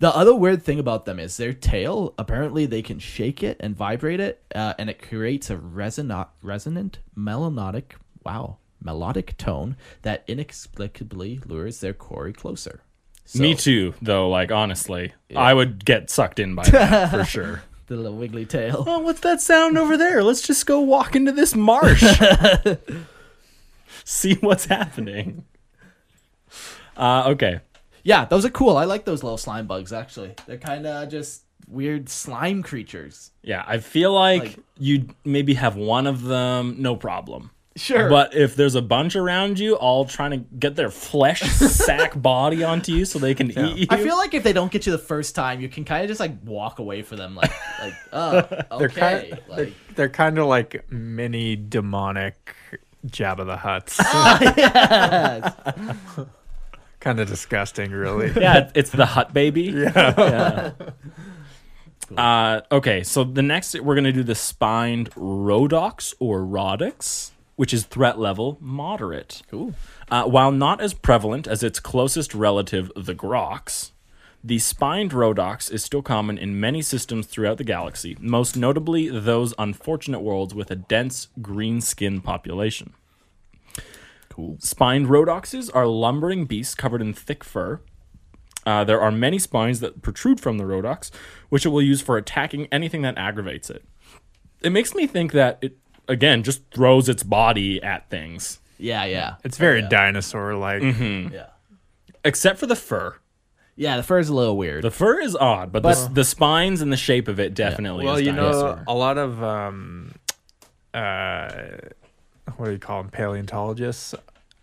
The other weird thing about them is their tail. Apparently, they can shake it and vibrate it, uh, and it creates a resonant, resonant, melodic, wow, melodic tone that inexplicably lures their quarry closer. So,
Me too, though, like honestly. I would get sucked in by that for sure.
The little wiggly tail.
Oh, what's that sound over there? Let's just go walk into this marsh. See what's happening. Uh, okay.
Yeah, those are cool. I like those little slime bugs. Actually, they're kind of just weird slime creatures.
Yeah, I feel like,
Like-
you'd maybe have one of them, no problem.
Sure.
But if there's a bunch around you, all trying to get their flesh sack body onto you so they can eat you.
I feel like if they don't get you the first time, you can kind of just like walk away from them, like like oh, okay,
They're kind
like.
they're, they're kind of like mini demonic Jabba the Huts.
Ah,
yes.
kind of disgusting, really.
yeah, it's- it's the hut baby. Yeah. Uh, okay, so the next we're gonna do the spined Rhodox or Rhodix, which is threat level moderate.
Cool.
Uh, while not as prevalent as its closest relative, the Grox, the spined Rhodox is still common in many systems throughout the galaxy, most notably those unfortunate worlds with a dense green skin population.
Cool.
Spined Rhodoxes are lumbering beasts covered in thick fur. Uh, there are many spines that protrude from the Rhodox, which it will use for attacking anything that aggravates it. It makes me think that it, again, just throws its body at things.
Yeah, yeah. Um,
It's very dinosaur like.
Yeah.
Except for the fur.
Yeah, the fur is a little weird.
The fur is odd, but, the, the spines and the shape of it definitely
Well,
is
you know,
dinosaur.
a lot of um, uh, what do you call them? Paleontologists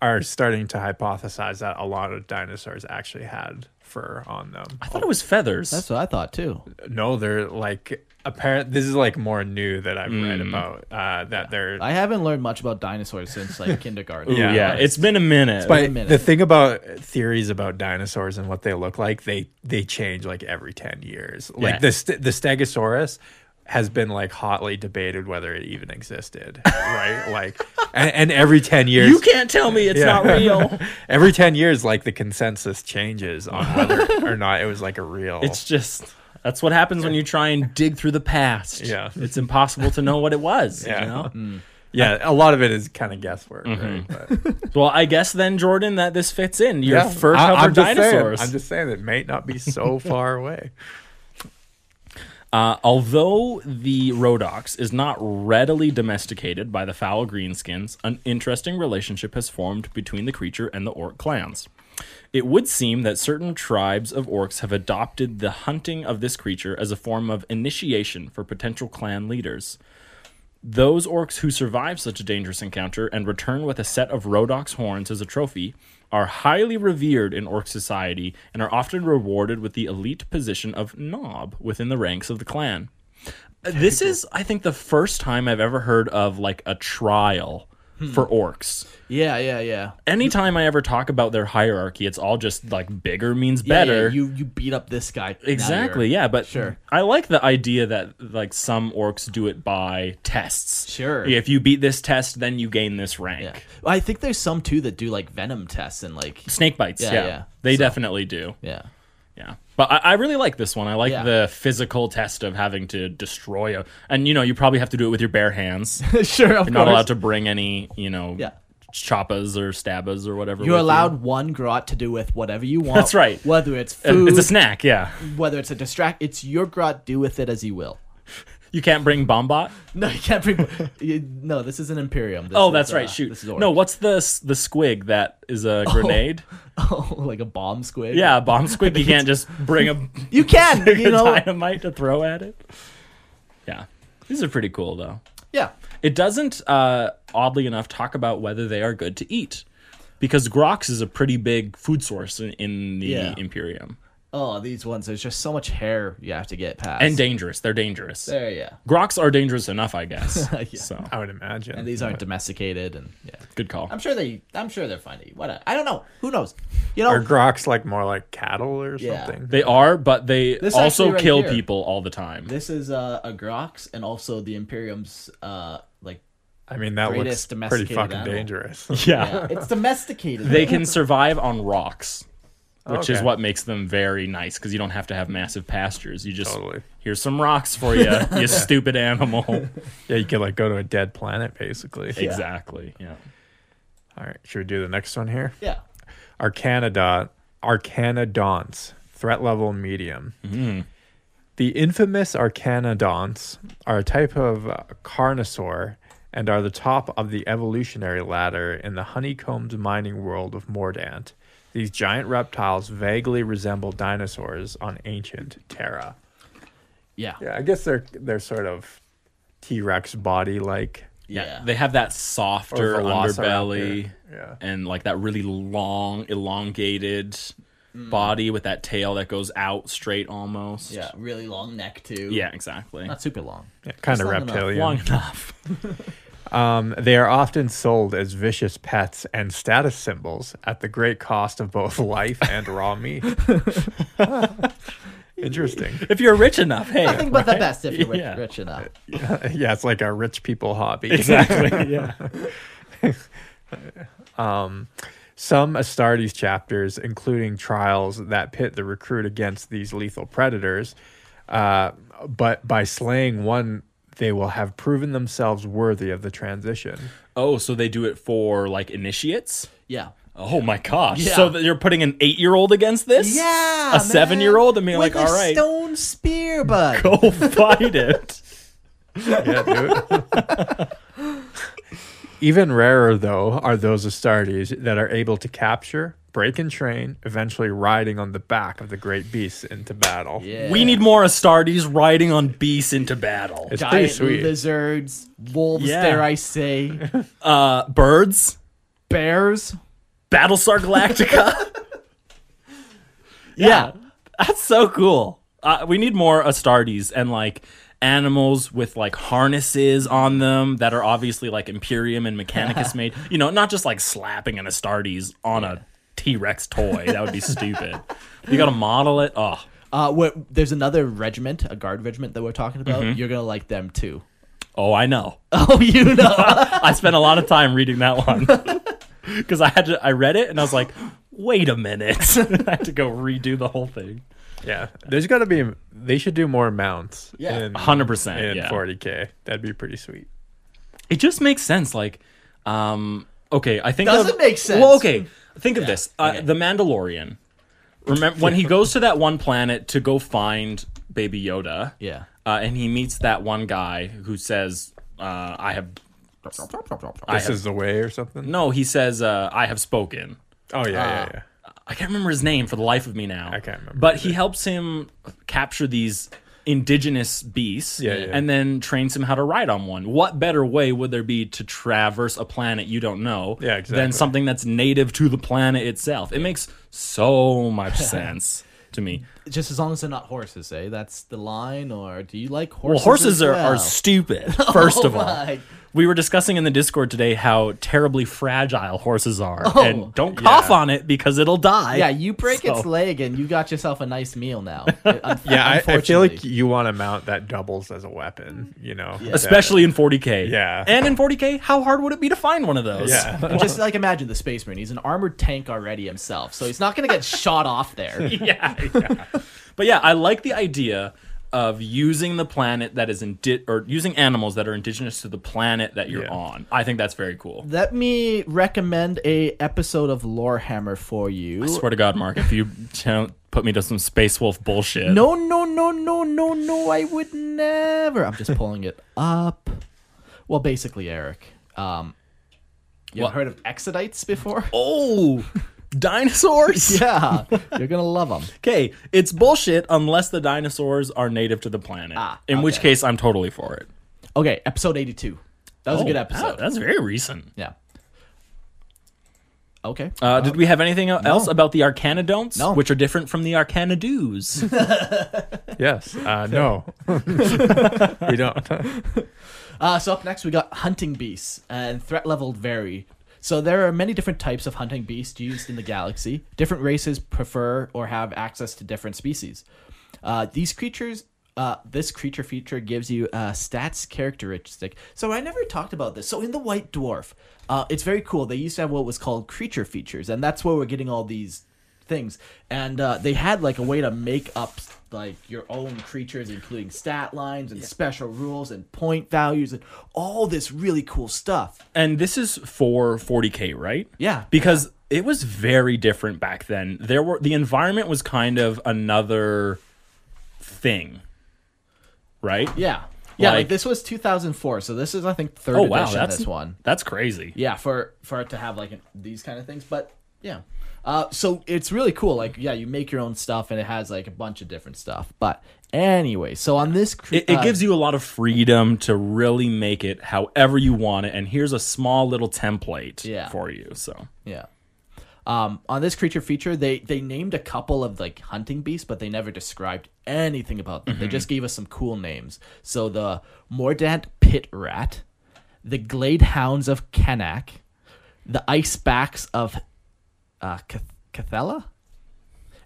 are starting to hypothesize that a lot of dinosaurs actually had fur on them.
I thought it was feathers.
That's what I thought too.
No, they're like apparent. This is like more new that I've read
Mm.
about uh, that they're.
I haven't learned much about dinosaurs since like kindergarten.
yeah, it's been a minute.
a
but
minute.
the thing about theories about dinosaurs and what they look like, they they change like every ten years. Like
Yeah.
the st- the Stegosaurus has been like hotly debated whether it even existed, right? Like, and, and every ten years,
you can't tell me it's
Yeah.
not real.
every ten years, like the consensus changes on whether or not it was like a real.
It's just that's what happens when you try and dig through the past.
Yeah.
it's impossible to know what it was.
Yeah.
You know?
yeah, a lot of it is kind of guesswork,
Mm-hmm.
right? But.
Well, I guess then Jordan, that this fits in. Your
Yeah,
fur
I-
covered
I'm just saying-
dinosaurs.
I'm just saying it may not be so far away.
Uh, although the Rhodox is not readily domesticated by the foul greenskins, an interesting relationship has formed between the creature and the orc clans. It would seem that certain tribes of orcs have adopted the hunting of this creature as a form of initiation for potential clan leaders. Those orcs who survive such a dangerous encounter and return with a set of Rodok's horns as a trophy are highly revered in orc society and are often rewarded with the elite position of knob within the ranks of the clan. Uh, This is, I think, the first time I've ever heard of like a trial
Hmm.
for orcs.
Yeah, yeah, yeah.
Anytime I ever talk about their hierarchy, it's all just like bigger means
Yeah, yeah,
better.
you you beat up this guy. now
Exactly.
you're-
Yeah, but
Sure.
I like the idea that like some orcs do it by tests.
Sure.
If you beat this test, then you gain this rank.
Yeah. Well, I think there's some too that do like venom tests and like
Snake bites.
Yeah,
Yeah.
yeah.
They definitely do.
yeah.
Yeah. But I, I really like this one. I like
Yeah.
the physical test of having to destroy a, and you know you probably have to do it with your bare hands. You're
sure, of
not
course.
allowed to bring any, you know,
Yeah.
choppas or stabbas or whatever.
You're
with you.
allowed one grot to do with whatever you want.
That's right.
Whether it's
And
food,
It's a snack. Yeah.
whether it's a distract, it's your grot. Do with it as you will.
You can't bring bombot.
No, you can't bring. you, no, this is an Imperium. This
Oh,
is,
that's
uh,
right. Shoot.
This is
No, what's the s- the squig that is a grenade?
Oh, like a bomb squid.
Yeah, a bomb squid. You can't just bring a
you can. You know.
dynamite to throw at it. Yeah, these are pretty cool though.
Yeah.
It doesn't, uh, oddly enough, talk about whether they are good to eat, because Grox is a pretty big food source in, in the
Yeah.
Imperium
Oh, these ones. There's just so much hair you have to get past.
and dangerous. They're dangerous.
there, yeah.
Grox are dangerous enough, I guess.
Yeah.
So
I would imagine.
And these aren't domesticated, and yeah.
good call.
I'm sure they. I'm sure they're fine to eat. What? I don't know. Who knows? You know.
Are groks like more like cattle or
Yeah.
something?
They are, but they
This
also
actually right
kill
here.
people all the time.
this is uh, a Grox, and also the Imperium's uh, like.
I mean, that looks
Greatest
pretty
domesticated
fucking
animal.
dangerous.
yeah.
Yeah, it's domesticated.
they can survive on rocks, which is
Oh, Okay.
what makes them very nice because you don't have to have massive pastures. You just
Totally.
here's some rocks for you, you stupid animal.
yeah, you could like go to a dead planet basically.
Exactly. Yeah.
All right, should we do the next one here?
Yeah.
Arcanodon, Arcanodonts, threat level medium.
Mm-hmm.
The infamous Arcanodonts are a type of uh, carnosaur and are the top of the evolutionary ladder in the honeycombed mining world of Mordant. These giant reptiles vaguely resemble dinosaurs on ancient Terra.
Yeah.
Yeah, I guess they're they're sort of T Rex body like.
yeah.
Yeah.
They have that softer
Or velociraptor.
underbelly
Yeah.
and like that really long, elongated
Mm.
body with that tail that goes out straight almost.
Yeah, really long neck too.
Yeah, exactly.
Not super long.
kind of
long enough.
reptilian.
long enough.
Um, they are often sold as vicious pets and status symbols at the great cost of both life and raw meat. Interesting.
If you're rich enough, hey.
Nothing but the best if you're
Yeah.
rich, rich enough.
yeah, it's like a rich people hobby.
Exactly. Yeah.
Some Astartes chapters, including trials that pit the recruit against these lethal predators, uh, but by slaying one, they will have proven themselves worthy of the transition.
Oh, so they do it for like initiates?
Yeah.
Oh my gosh!
Yeah.
So that you're putting an eight-year-old against this?
Yeah.
a seven-year-old. I mean, like, all right,
Stone spear, bud.
go fight it.
Yeah, dude. Even rarer, though, are those Astartes that are able to capture, break and train, eventually riding on the back of the great beasts into battle.
Yeah.
We need more Astartes riding on beasts into battle.
It's pretty
giant
sweet.
lizards, wolves.
Yeah.
Dare I say,
Uh, birds,
bears?
Battlestar Galactica. yeah. that's so cool. Uh, we need more Astartes and like animals with like harnesses on them that are obviously like Imperium and Mechanicus made. You know, not just like slapping an Astartes on a T Rex toy. That would be stupid. You got to model it. Oh,
Uh, what? There's another regiment, a guard regiment that we're talking about. You're gonna like them too.
oh, I know.
Oh, you know.
I spent a lot of time reading that one because I had to. I read it and I was like, wait a minute. I had to go redo the whole thing.
Yeah. There's got to be, they should do more mounts
Yeah.
in,
Hundred percent.
in
Yeah.
40K. That'd be pretty sweet.
it just makes sense like um okay i think
Doesn't
of-
make sense.
well okay think of this uh, the mandalorian remember when he goes to that one planet to go find baby yoda
yeah.
uh, and he meets that one guy who says uh, i have I
This
have,
is the way or something?
no Uh, he says uh, i have spoken
Oh, yeah, yeah, yeah.
I can't remember his name for the life of me now. I
can't remember
But he helps him capture these indigenous beasts
Yeah, yeah.
and then trains him how to ride on one. What better way would there be to traverse a planet you don't know
Yeah,
than
exactly.
something that's native to the planet itself? It makes so much sense to me.
Just as long as they're not horses, eh? That's the line. Or do you like
Well,
horses?
horses
as
are, are
well?
stupid, first
Oh
of all.
my.
We were discussing in the Discord today how terribly fragile horses are. and don't cough on it because it'll die.
Oh, Yeah, you break its
So-
leg and you got yourself a nice meal now. Uh,
Yeah, I, I feel
Unfortunately.
like you want a mount that doubles as a weapon. You know, that-
Especially in 40K.
Yeah.
And in 40K, how hard would it be to find one of those?
yeah.
Well, just like imagine the space marine. He's an armored tank already himself, so he's not gonna get shot off there.
yeah, yeah. But yeah, I like the idea of using the planet that is indi- or using animals that are indigenous to the planet that you're
Yeah.
on. I think that's very cool.
Let me recommend a episode of Lorehammer for you.
I swear to God, Mark, if you don't put me to some space wolf bullshit.
No, no, no, no, no, no. I would never. I'm just pulling it up. Well, basically, Eric. Um, you ever
What?
heard of Exodites before?
Oh, dinosaurs.
Yeah, you're gonna love them.
Okay, it's bullshit unless the dinosaurs are native to the planet.
Ah,
in which
okay.
case, I'm totally for it.
Okay, episode 82. That was a
Oh,
good
wow,
episode.
that's very recent.
yeah. Okay.
Uh, did we have anything el- else about the Arcanodonts,
No.
which are different from the Arcanodoos?
Yes. Uh, no, we don't.
Uh, so up next we got hunting beasts and threat level vary. So there are many different types of hunting beasts used in the galaxy. Different races prefer or have access to different species. Uh, these creatures, uh, this creature feature gives you a stats characteristic. So I never talked about this. So in the White Dwarf, uh, it's very cool. They used to have what was called creature features, and that's where we're getting all these things. And uh, they had like a way to make up like your own creatures, including stat lines and special rules and point values and all this really cool stuff.
and this is for 40k, right?
Yeah.
because it was very different back then. There were the environment was kind of another thing, right?
Yeah, yeah. Like,
Like-
this was 2004, so this is I think third
Oh
edition.
wow, that's
this one.
That's crazy.
yeah for for it to have like an, these kind of things but yeah uh, so it's really cool like yeah you make your own stuff and it has like a bunch of different stuff but anyway so on this cre- uh,
It, it gives you a lot of freedom to really make it however you want it, and here's a small little template
Yeah.
for you. So
yeah um, on this creature feature they they named a couple of like hunting beasts but they never described anything about them they just gave us some cool names so the mordant pit rat the glade hounds of Kanak, the ice backs of uh, Cath- Cathella,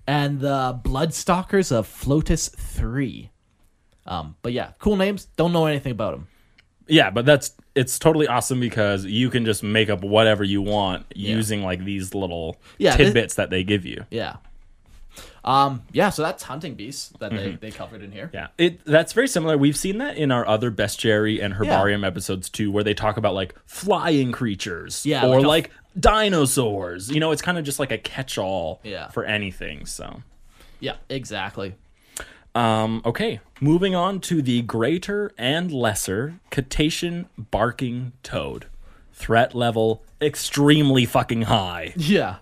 and the Bloodstalkers of Flotus 3. Um, but yeah, cool names. Don't know anything about them.
yeah, but that's it's totally awesome because you can just make up whatever you want using like these little
Yeah, thi-
tidbits that they give you.
Yeah. Um, yeah, so that's hunting beasts that they, they covered in here.
Yeah, it that's very similar. We've seen that in our other Best Jerry and Herbarium episodes too, where they talk about like flying creatures,
Yeah,
or
like a-
like, dinosaurs. You know, it's kind of just like a catch-all
Yeah.
for anything. So,
Yeah, exactly.
um, okay, moving on to the greater and lesser Cetacean barking toad, threat level extremely fucking high.
Yeah.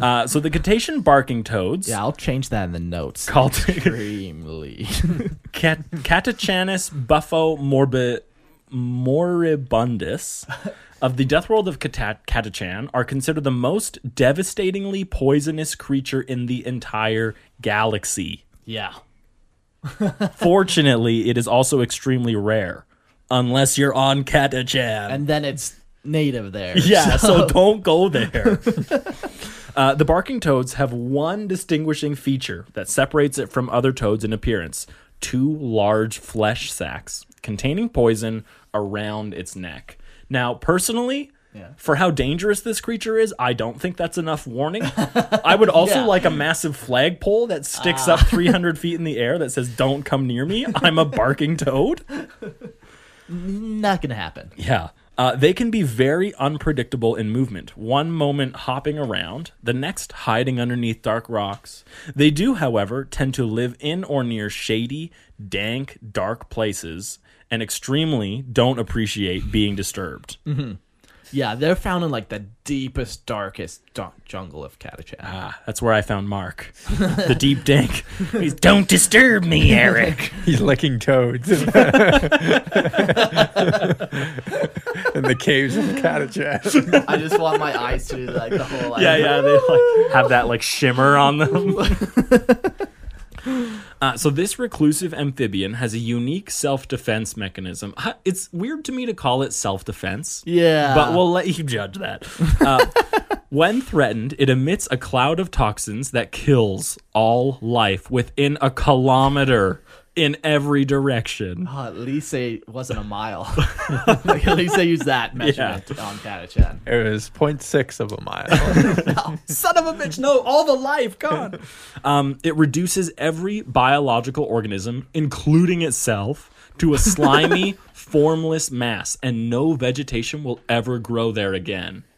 Uh, so the Cetacean barking toads,
Yeah, I'll change that in the notes.
called
Extremely.
Cat- Catachanus buffo morbi- moribundus of the death world of Cata- Catachan are considered the most devastatingly poisonous creature in the entire galaxy.
yeah.
Fortunately, it is also extremely rare, unless you're on Catachan.
And then it's native there.
Yeah, so don't go there. uh, the barking toads have one distinguishing feature that separates it from other toads in appearance two large flesh sacs containing poison around its neck. Now, personally, For how dangerous this creature is, I don't think that's enough warning. I would also
Yeah. Ah.
like a massive flagpole that sticks up 300 feet in the air that says, Don't come near me. I'm a barking toad.
Not going to happen.
Yeah. Uh, they can be very unpredictable in movement, one moment hopping around, the next hiding underneath dark rocks. They do, however, tend to live in or near shady, dank, dark places and extremely don't appreciate being disturbed.
Yeah, they're found in like the deepest, darkest dun- jungle of Catachan.
Ah, that's where I found Mark, the deep dank. He's, Don't disturb me, Eric.
He's licking toads in the, in the caves of Catachat.
I just want my eyes to like the whole. Like,
yeah, yeah, they like have that like shimmer on them. Uh, so this reclusive amphibian has a unique self-defense mechanism. Huh, It's weird to me to call it self-defense.
Yeah.
but we'll let you judge that. Uh, when threatened, it emits a cloud of toxins that kills all life within a kilometer in every direction.
Oh, at least they wasn't a mile. like, at least they used that measurement on Catachan.
It was 0.6 of a mile.
Son of a bitch, no, all the life gone. Um, it reduces every biological organism, including itself, to a slimy, formless mass, and no vegetation will ever grow there again.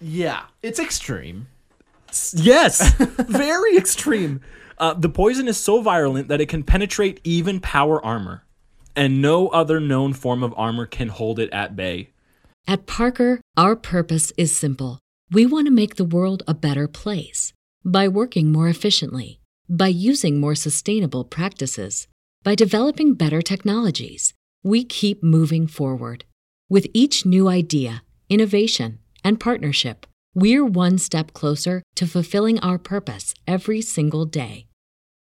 Yeah, it's extreme.
Yes, very extreme. Uh, the poison is so violent that it can penetrate even power armor, and no other known form of armor can hold it at bay.
At Parker, our purpose is simple. We want to make the world a better place by working more efficiently, by using more sustainable practices, by developing better technologies. We keep moving forward. With each new idea, innovation, and partnership, we're one step closer to fulfilling our purpose every single day.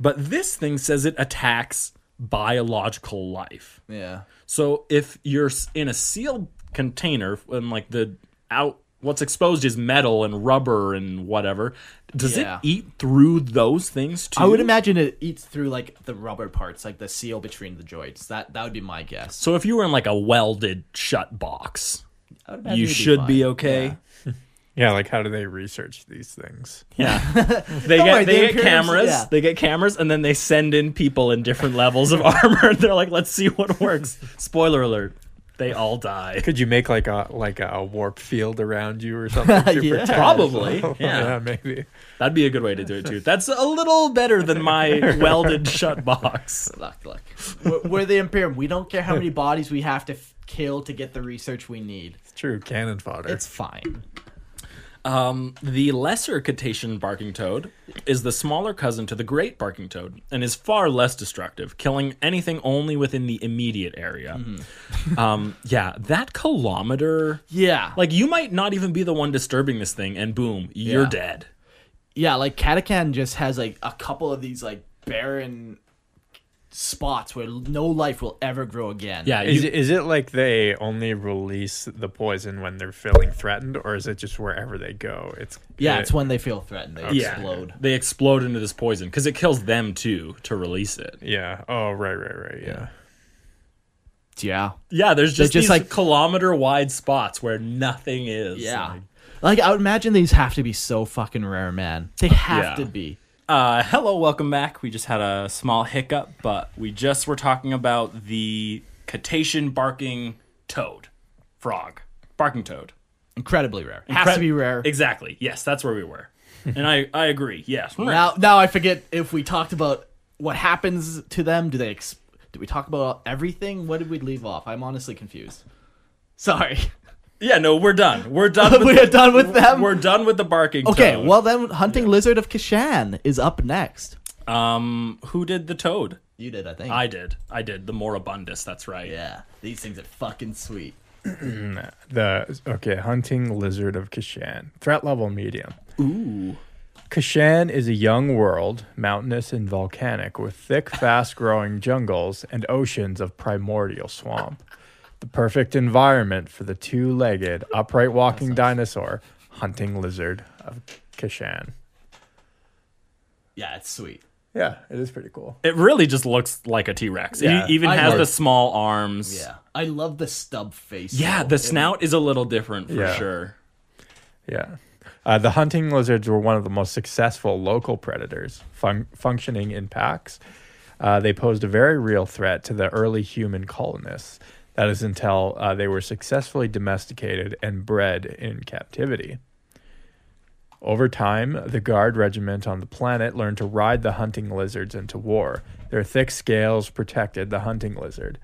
but this thing says it attacks biological life.
Yeah.
So if you're s- in a sealed container and like the out what's exposed is metal and rubber and whatever, does
Yeah.
it eat through those things too?
I would imagine it eats through like the rubber parts, like the seal between the joints. That that would be my guess.
So if you were in like a welded shut box,
I would imagine
you
it'd
should be
fine.
okay.
yeah, like how do they research these things?
Yeah, they get
worry,
they
the
get
Imperials-
cameras,
yeah.
they get cameras, and then they send in people in different levels of armor. And they're like, let's see what works. Spoiler alert: they all die.
Could you make like a like a warp field around you or something? To
Yeah.
protect
Probably,
yourself?
yeah.
maybe.
That'd be a good way to do it too. That's a little better than my welded shut box.
Luck, luck. We're, we're the Imperium. We don't care how many bodies we have to f- kill to get the research we need.
It's true, cannon fodder.
It's fine.
Um, the lesser cetacean barking toad is the smaller cousin to the great barking toad and is far less destructive, killing anything only within the immediate area. um, yeah, that kilometer.
Yeah.
Like, you might not even be the one disturbing this thing, and boom, you're
Yeah.
dead.
yeah, like Catacan just has like a couple of these like barren spots where no life will ever grow again.
Yeah,
Is
you-
it, is it like they only release the poison when they're feeling threatened, or is it just wherever they go? It's
Yeah,
it-
it's when they feel threatened, they
yeah,
explode.
They explode into this poison because it kills them too to release it.
yeah. Oh, right, right, right. Yeah,
Yeah.
Yeah, there's just,
just
these
like-
kilometer wide spots where nothing is.
Yeah.
Like,
Like I would imagine these have to be so fucking rare, man. They have
Yeah.
to be.
Uh, hello, welcome back. We just had a small hiccup, but we just were talking about the cetacean barking toad, frog, barking toad.
Incredibly rare. Has to be rare.
Exactly. Yes, that's where we were. And I, I agree. Yes.
Now now I forget if we talked about what happens to them. Do they ex- did we talk about everything? What did we leave off? I'm honestly confused. Sorry.
Yeah. No, we're done. We're done. With
we
the,
are done with them.
We're done with the barking.
Okay,
toad.
well then, Hunting Lizard of Kashan is up next.
Um, who did the toad?
You did, I think.
I did. I did. The Moribundus. That's right.
yeah, these things are fucking sweet.
The okay, hunting lizard of Kashan. Threat level medium. Ooh. Kashan is a young world, mountainous and volcanic, with thick, fast growing jungles and oceans of primordial swamp. The perfect environment for the two legged, upright walking dinosaur, hunting lizard of Kashan.
Yeah, it's sweet.
Yeah, it is pretty cool.
It really just looks like a T Rex.
Yeah.
It even
I
has
love-
the small arms.
Yeah, I love the stub face.
Yeah,
though.
the snout is a little different for
Yeah.
sure.
Yeah. Uh, the hunting lizards were one of the most successful local predators, fun- functioning in packs. Uh, they posed a very real threat to the early human colonists. That is until uh, they were successfully domesticated and bred in captivity. Over time, the guard regiment on the planet learned to ride the hunting lizards into war. Their thick scales protected the hunting lizard,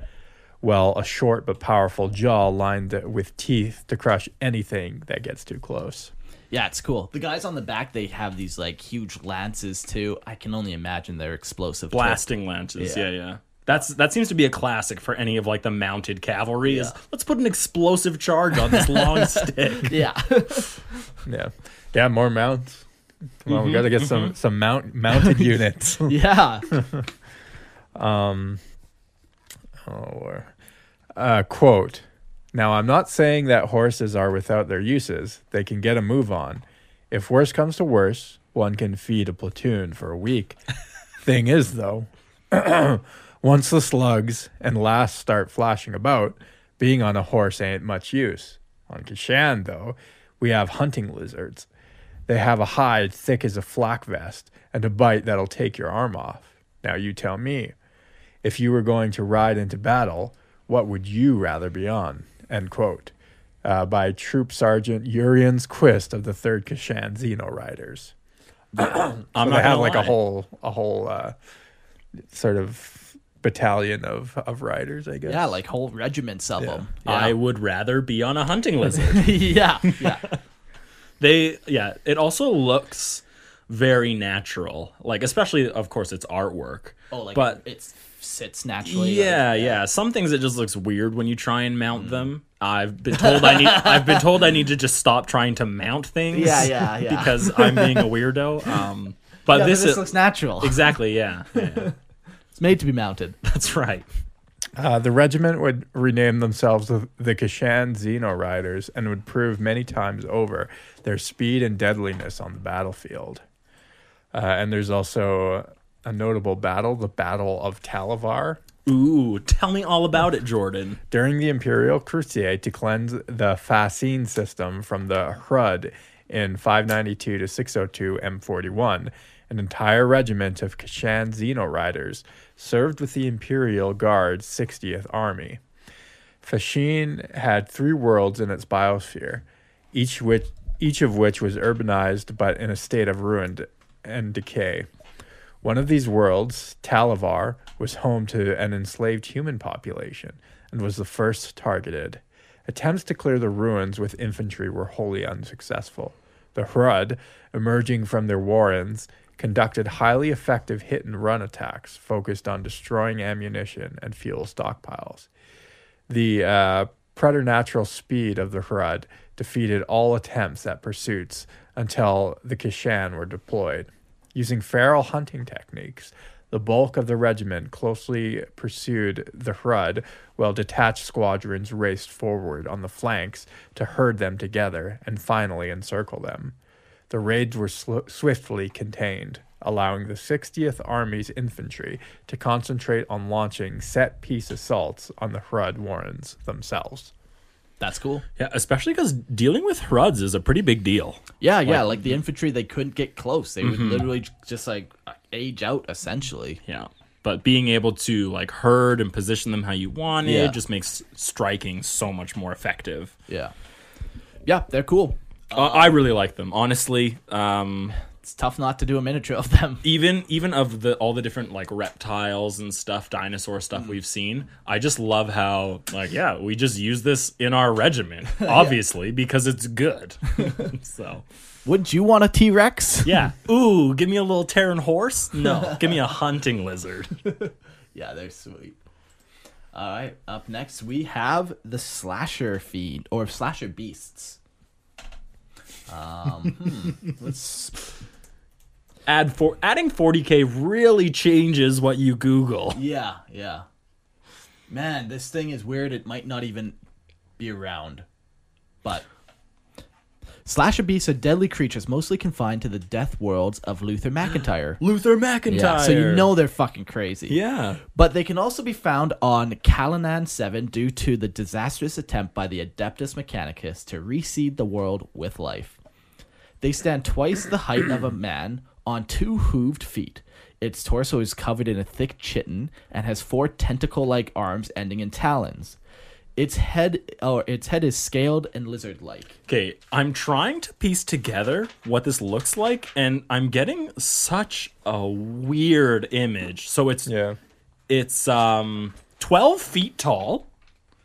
while a short but powerful jaw lined with teeth to crush anything that gets too close.
Yeah, it's cool. The guys on the back, they have these like huge lances too. I can only imagine they're explosive. too.
Blasting lances. Yeah. yeah, That's that seems to be a classic for any of like the mounted cavalry. Is let's put an explosive charge on this long stick.
yeah.
Yeah, yeah, more mounts. Come on, we got to get some some mount mounted units.
Oh, yeah.
Or, uh, quote. Now, I'm not saying that horses are without their uses. They can get a move on. If worse comes to worse, one can feed a platoon for a week. Thing is, though, once the slugs and last start flashing about, being on a horse ain't much use. On Kashan, though, we have hunting lizards. They have a hide thick as a flak vest and a bite that'll take your arm off. Now, you tell me if you were going to ride into battle, what would you rather be on? End quote. Uh, by Troop Sergeant Urian's Quist of the Third Kashan Xeno Riders.
I'm
So
not
they have
gonna
like a
lie.
whole a whole uh, sort of battalion of of riders, I guess.
Yeah, like whole regiments of them.
I would rather be on a hunting lizard.
yeah. Yeah.
they yeah, it also looks very natural. Like especially of course it's artwork.
Oh, like
but
it sits naturally. like-
yeah, yeah. Some things it just looks weird when you try and mount
Mm.
them. I've been told I need. I've been told I need to just stop trying to mount things.
Yeah, yeah, yeah.
Because I'm being a weirdo. Um, but
Yeah,
this,
but this
is
looks natural.
exactly. Yeah, yeah,
It's made to be mounted.
that's right.
Uh, the regiment would rename themselves the, the Kashan Xeno Riders and would prove many times over their speed and deadliness on the battlefield. Uh, and there's also a notable battle, the Battle of Talavar.
Ooh, tell me all about it, Jordan.
During the Imperial Crusade to cleanse the Fascine system from the Hrud in 592 to 602 M41, an entire regiment of Kashan Xeno Riders served with the Imperial Guard's 60th Army. Fascine had three worlds in its biosphere, each which each of which was urbanized but in a state of ruin and decay. One of these worlds, Talavar, was home to an enslaved human population and was the first targeted. Attempts to clear the ruins with infantry were wholly unsuccessful. The Hrud, emerging from their warrens, conducted highly effective hit and run attacks focused on destroying ammunition and fuel stockpiles. The uh, preternatural speed of the Hrud defeated all attempts at pursuits until the Kishan were deployed. Using feral hunting techniques, the bulk of the regiment closely pursued the Hrud while detached squadrons raced forward on the flanks to herd them together and finally encircle them. The raids were sl- swiftly contained, allowing the 60th Army's infantry to concentrate on launching set piece assaults on the Hrud Warrens themselves.
that's cool.
Yeah, especially because dealing with Hruds is a pretty big deal.
Yeah, yeah. Like the infantry, they couldn't get close. They would literally j- just like uh, age out essentially.
Yeah. But being able to like herd and position them how you want
Yeah.
it just makes striking so much more effective.
Yeah, yeah. They're cool.
Oh. Uh, I really like them, honestly. Um,
it's tough not to do a miniature of them.
even even of the all the different like reptiles and stuff dinosaur stuff we've seen i just love how like yeah we just use this in our regimen obviously because it's good so
Would you want a T Rex?
yeah ooh give me a little terran horse no give me a hunting lizard
Yeah, they're sweet. All right, up next we have the slasher feed or slasher beasts. Um, hmm, let's
add for adding 40k really changes what you google
Yeah, yeah. Man, this thing is weird. It might not even be around. But
Slasher beasts are deadly creatures mostly confined to the death worlds of Luther McIntyre.
luther mcintyre
Yeah, so you know they're fucking crazy.
yeah
But they can also be found on Calanan 7 due to the disastrous attempt by the Adeptus Mechanicus to reseed the world with life. They stand twice the height of a man on two hooved feet. Its torso is covered in a thick chitin and has four tentacle like arms ending in talons. Its head or its head is scaled and lizard like.
Okay, I'm trying to piece together what this looks like, and I'm getting such a weird image. So it's
Yeah.
it's um 12 feet tall.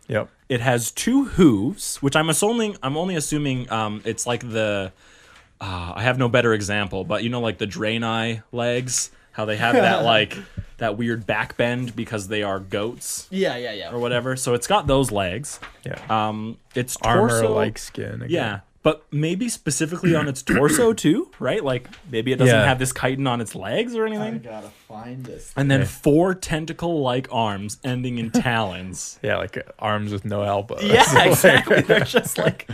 Yep.
It has two hooves, which I'm assuming I'm only assuming um it's like the uh, I have no better example, but you know like the Draenei legs, how they have that like that weird back bend because they are goats
yeah, yeah, yeah.
or whatever. So it's got those legs.
Yeah.
Um, it's
Armor
torso-
like skin. Again.
yeah, but maybe specifically on its torso too, right? Like maybe it doesn't
Yeah.
have this chitin on its legs or anything.
gotta find this.
And then four tentacle-like arms ending in talons.
Yeah, like uh, arms with no elbows.
Yeah, exactly. They're just like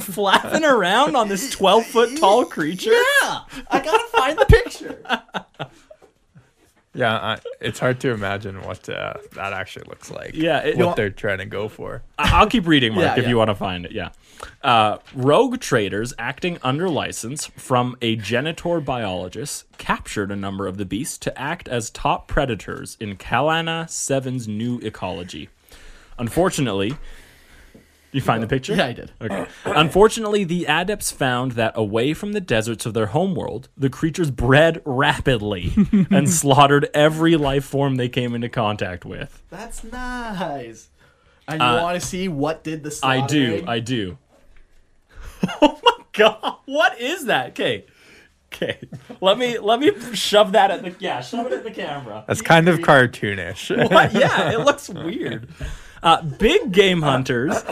flapping around on this twelve-foot-tall creature.
Yeah, I gotta find the picture.
Yeah, I, it's hard to imagine what uh, that actually looks like.
Yeah, it-
what they're trying to go for.
I- I'll keep reading, Mark,
Yeah,
if
yeah.
you want to find it. Yeah. Uh, rogue traders acting under license from a genitor biologist captured a number of the beasts to act as top predators in Kalana 7's new ecology. Unfortunately, you find the picture?
Yeah, I did.
Okay. Unfortunately, the adepts found that away from the deserts of their homeworld, the creatures bred rapidly and slaughtered every life form they came into contact with.
That's nice. And you want to see what did the
Uh, I do.
slaughtering-
I do. oh my god! What is that? Okay. Okay. Let me let me shove that at the yeah, shove it at the camera.
That's kind of cartoonish.
What? Yeah, it looks weird. Uh, big game hunters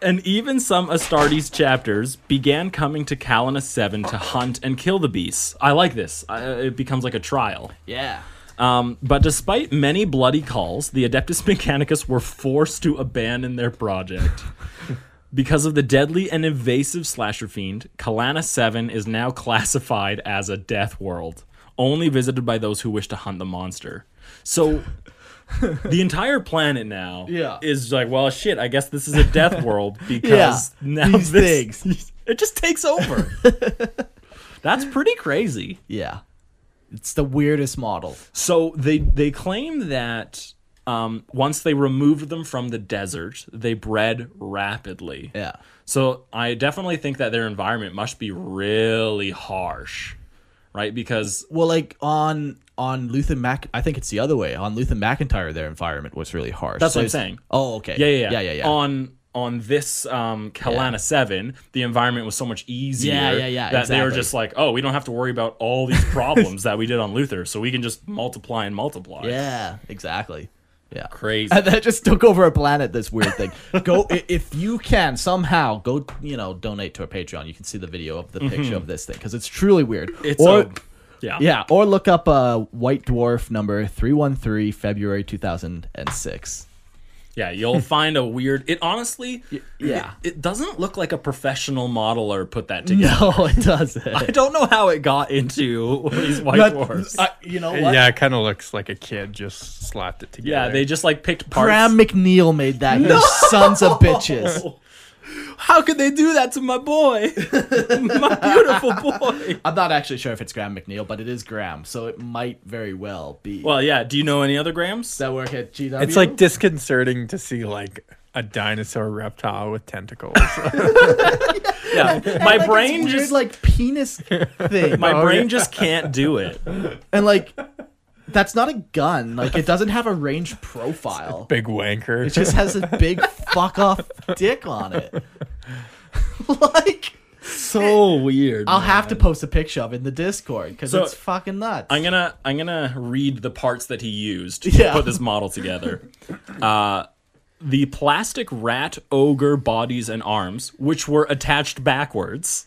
and even some Astartes chapters began coming to Kalina 7 to hunt and kill the beasts. I like this. Uh, it becomes like a trial.
Yeah.
Um, but despite many bloody calls, the Adeptus Mechanicus were forced to abandon their project. because of the deadly and invasive slasher fiend, Kalana 7 is now classified as a death world, only visited by those who wish to hunt the monster. So the entire planet now
Yeah.
is like, well, shit, I guess this is a death world because now
these
this,
things.
it just takes over. That's pretty crazy.
Yeah. It's the weirdest model.
So they they claim that um, once they removed them from the desert, they bred rapidly.
Yeah.
So I definitely think that their environment must be really harsh, right? Because
Well, like on on Luther Mac, I think it's the other way. On Luther McIntyre, their environment was really harsh.
That's what I'm
it's-
saying.
Oh, okay.
yeah, yeah,
yeah, yeah. yeah.
On on this um, Kalana Seven, the environment was so much easier.
Yeah, yeah, yeah,
That they were
exactly.
just like, oh, we don't have to worry about all these problems that we did on Luther, so we can just multiply and multiply.
yeah, exactly. Yeah.
Crazy.
And that just took over a planet. This weird thing. Go i- if you can somehow go. You know, donate to our Patreon. You can see the video of the picture of this thing because it's truly weird.
Mm-hmm. It's
or
a- yeah.
yeah, or look up uh, White Dwarf number three one three February two thousand and six.
Yeah, you'll find a weird. It honestly,
yeah.
it, it doesn't look like a professional modeler put that together.
No, it doesn't.
I don't know how it got into these white
That-
dwarfs.
I- you know what?
yeah, it kind of looks like a kid just slapped it together.
yeah, they just like picked parts.
Graham McNeil made that. You sons of bitches.
how could they do that to my boy, my beautiful boy?
I'm not actually sure if it's Graham McNeil, but it is Graham, so it might very well be.
Well, yeah. Do you know any other Grahams?
does that work at GW?
It's like disconcerting to see like a dinosaur reptile with tentacles.
Yeah. my brain
Weird,
just
like penis thing.
my brain just can't do it.
and like that's not a gun. Like it doesn't have a range profile.
Big wanker.
It just has a big fuck off dick on it. like
so weird.
I'll have to post a picture of it in the Discord because
So,
it's fucking nuts.
I'm gonna I'm gonna read the parts that he used to
Yeah.
put this model together. Uh, the plastic rat ogre bodies and arms, which were attached backwards,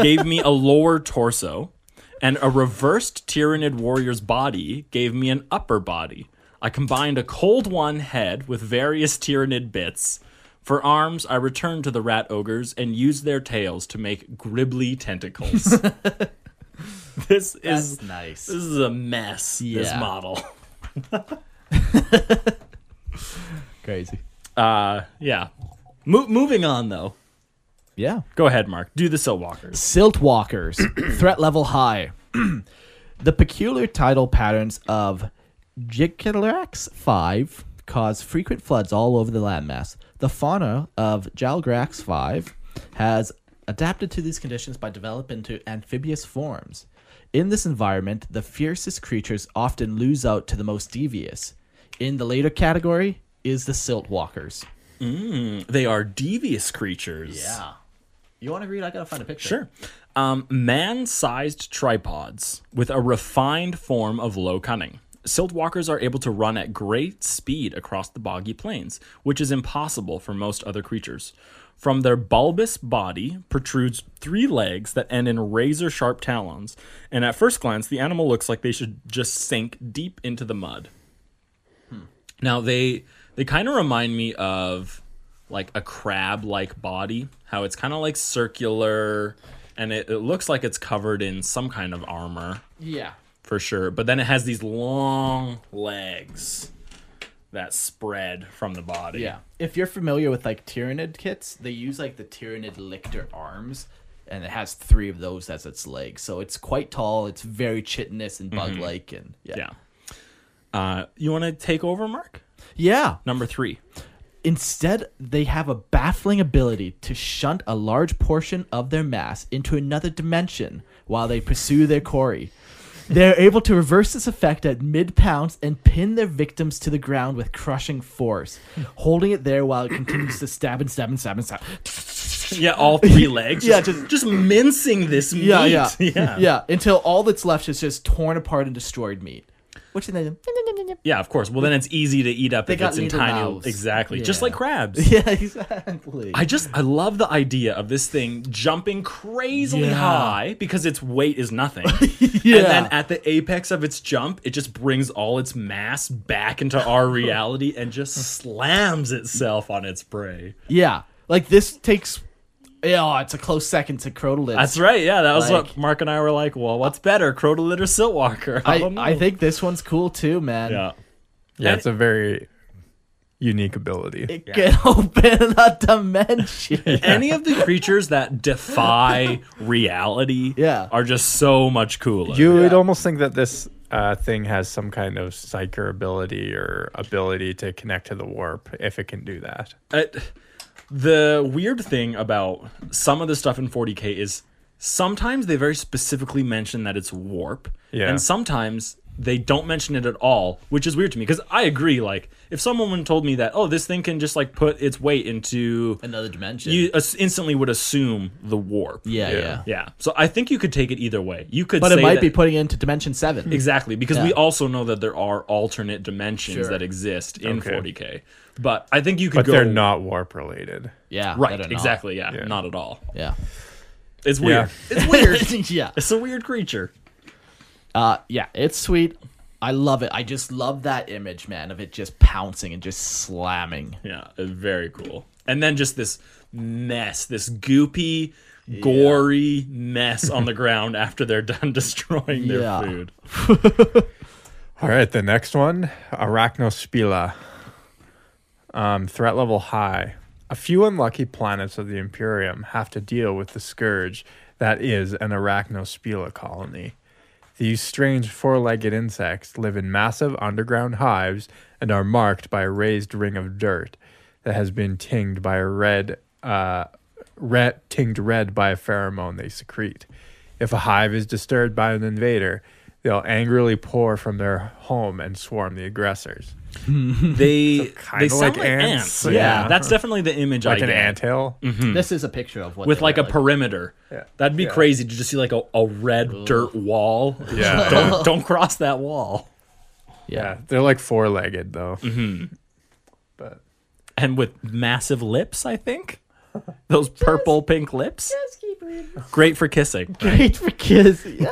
gave me a lower torso, and a reversed Tyranid warrior's body gave me an upper body. I combined a cold one head with various Tyranid bits. For arms, I returned to the rat ogres and used their tails to make gribbly tentacles. this is
nice.
this is a mess. This
Yeah.
model.
Crazy.
Uh, yeah. Mo- moving on though.
Yeah.
Go ahead, Mark. Do the Sill Walkers.
Silt walkers, threat level high. the peculiar tidal patterns of Jigilax 5 cause frequent floods all over the landmass. The fauna of Jalgrax 5 has adapted to these conditions by developing into amphibious forms. In this environment, the fiercest creatures often lose out to the most devious. In the later category is the silt walkers.
They are devious creatures.
You want to read? I gotta find a picture.
Sure. Um, Man sized tripods with a refined form of low cunning. Silt walkers are able to run at great speed across the boggy plains, which is impossible for most other creatures. From their bulbous body protrudes three legs that end in razor sharp talons, and at first glance, the animal looks like they should just sink deep into the mud. Now they they kind of remind me of like a crab like body, how it's kind of like circular and it, it looks like it's covered in some kind of armor
Yeah.
for sure, but then it has these long legs that spread from the body.
Yeah. If you're familiar with like Tyranid kits, they use like the Tyranid lictor arms and it has three of those as its legs. So it's quite tall, it's very chitinous and bug like and Mm-hmm. yeah.
Yeah. Uh, you want to take over, Mark?
Yeah.
Number three.
Instead, they have a baffling ability to shunt a large portion of their mass into another dimension while they pursue their quarry. They're able to reverse this effect at mid pounce and pin their victims to the ground with crushing force, holding it there while it continues to stab and stab and stab and stab.
Yeah, all three legs.
Yeah,
just, just mincing this meat.
Yeah, yeah,
yeah,
Until all that's left is just torn apart and destroyed meat. Which then
Yeah, of course. Well, then it's easy to eat up
They
if
got
it's in
little
tiny.
mouths.
Exactly, just
Yeah.
like crabs.
yeah, exactly.
I just I love the idea of this thing jumping crazily
Yeah.
high because its weight is nothing. And then at the apex of its jump, it just brings all its mass back into our reality and just slams itself on its prey.
yeah, like this takes. Yeah, oh, it's a close second to Crotalus.
That's right. Yeah, that was
Like-
what Mark and I were like, well, what's better, Crotalid or Siltwalker? I,
I,
don't know.
I think this one's cool too, man.
yeah.
yeah, it's a very unique ability.
It can open a dimension.
Any of the creatures that defy reality
Yeah.
are just so much cooler.
You would almost think that this uh, thing has some kind of psyker ability or ability to connect to the warp if it can do that.
Uh, the weird thing about some of the stuff in 40k is sometimes they very specifically mention that it's warp
Yeah.
and sometimes they don't mention it at all which is weird to me because i agree like if someone told me that oh this thing can just like put its weight into
Another dimension.
you as- instantly would assume the warp
yeah, yeah,
yeah so i think you could take it either way you could
But it
say
might
that-
be putting it into dimension seven.
Exactly, because we
Yeah.
also know that there are alternate dimensions
Sure.
that exist in
Okay.
40k. But I think you could
But
go
they're not warp related.
Yeah,
right.
better not.
Exactly. Yeah, Not at all.
Yeah.
It's weird. It's weird.
yeah.
it's a weird creature.
Uh, yeah, it's sweet. I love it. I just love that image, man, of it just pouncing and just slamming.
Yeah. it's Very cool. And then just this mess, this goopy, gory mess on the ground after they're done destroying their
Yeah.
food.
All right, the next one, Arachnospila. Um, threat level high. A few unlucky planets of the Imperium have to deal with the scourge that is an Arachnospila colony. These strange four legged insects live in massive underground hives and are marked by a raised ring of dirt. that has been tinged by a red, uh, red tinged red by a pheromone they secrete. If a hive is disturbed by an invader, they'll angrily pour from their home and swarm the aggressors.
They
kinda
they sound
like
like, ants.
ants.
Yeah.
Yeah.
that's definitely the image
Like
I
an
get.
anthill.
This is a picture of what
Hmm. with
they
like a
look
perimeter. That'd be
Yeah.
crazy to just see like a, a red dirt wall.
Yeah.
don't don't cross that wall.
Yeah, they're like four legged though. But
And with massive lips, I think. Those purple pink lips. Great for kissing.
Great for kids. Yeah.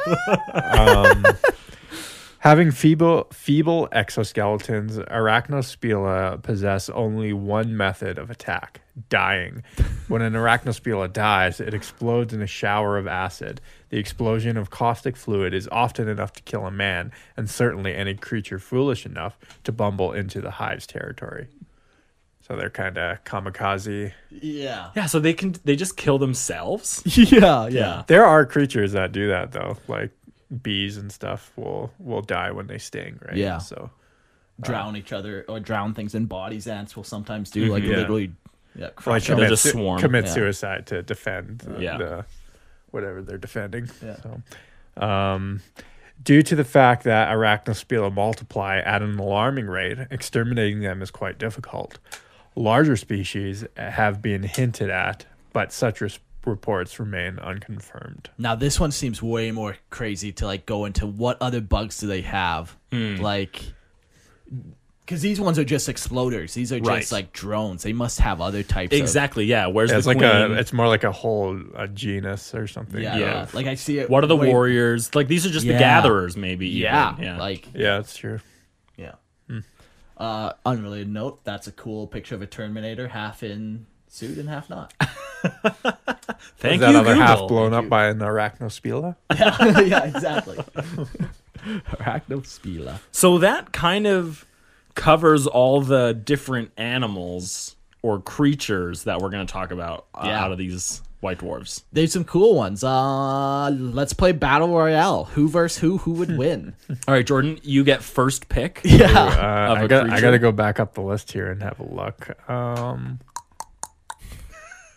having feeble feeble exoskeletons, Arachnospila possess only one method of attack: dying. when an Arachnospila dies, it explodes in a shower of acid. The explosion of caustic fluid is often enough to kill a man, and certainly any creature foolish enough to bumble into the hive's territory. So they're kind of kamikaze.
Yeah.
Yeah, so they can they just kill themselves.
yeah, yeah,
Uh,
There are creatures that do that though, like bees and stuff will will die when they sting, right?
Yeah.
So
Drown each other or drown things in bodies. Ants will sometimes do
Like
like
Mm-hmm,
Yeah.
literally.
yeah.
like
Crush
They'll
commit,
just
su-
swarm.
commit
Yeah.
suicide to defend uh,
Yeah.
the whatever they're defending. So, um, due to the fact that arachnospila multiply at an alarming rate, exterminating them is quite difficult. Larger species have been hinted at, but such res- reports remain unconfirmed.
Now this one seems way more crazy to like go into what other bugs do they have?
Hmm.
Like because these ones are just exploders. These are just
Right.
like drones. They must have other types. of-
Exactly. Yeah. Where's
Yeah,
the
it's like
queen?
a, it's more like a whole a genus or something.
yeah,
Yeah.
yeah. Like I see it.
what are the
way-
warriors? Like these are just
Yeah.
the gatherers, maybe. even.
Yeah,
Yeah. Hmm.
Like
yeah, that's true.
Yeah. Uh, unrelated note. That's a cool picture of a Terminator, half in suit and half not.
thank
Is that
you,
other
Google.
half blown up by an arachnospila? Uh,
yeah, exactly.
Arachnospila.
So that kind of covers all the different animals or creatures that we're going to talk about uh,
Yeah.
out of these white dwarves.
There's some cool ones. Uh, let's play battle royale. Who versus who? Who would win?
All right, Jordan, you get first pick.
Uh,
yeah.
I
a
got I
creature.
got to go back up the list here and have a look. Um,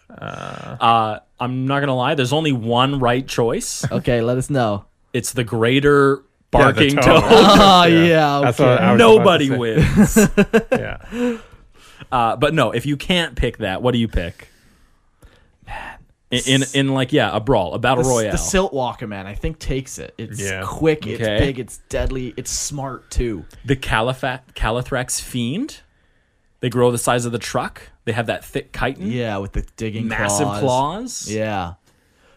Uh, I'm not going to lie, there's only one right choice.
Okay, let us know.
It's the greater
Yeah, the
barking
toe.
toe.
Oh yeah.
That's
okay.
what Uh, I was about to
Nobody
say.
wins.
Yeah.
Uh, but no, if you can't pick that, what do you pick? Man. In, in, in like, yeah, a brawl, a battle
The-
royale.
The Silt Walker man, I think takes it. It's
Yeah.
quick, it's
Okay.
big, it's deadly, it's smart too.
the Califat Calathrax fiend. They grow the size of the truck. They have that thick chitin,
Yeah, with the digging
massive
claws.
claws.
Yeah.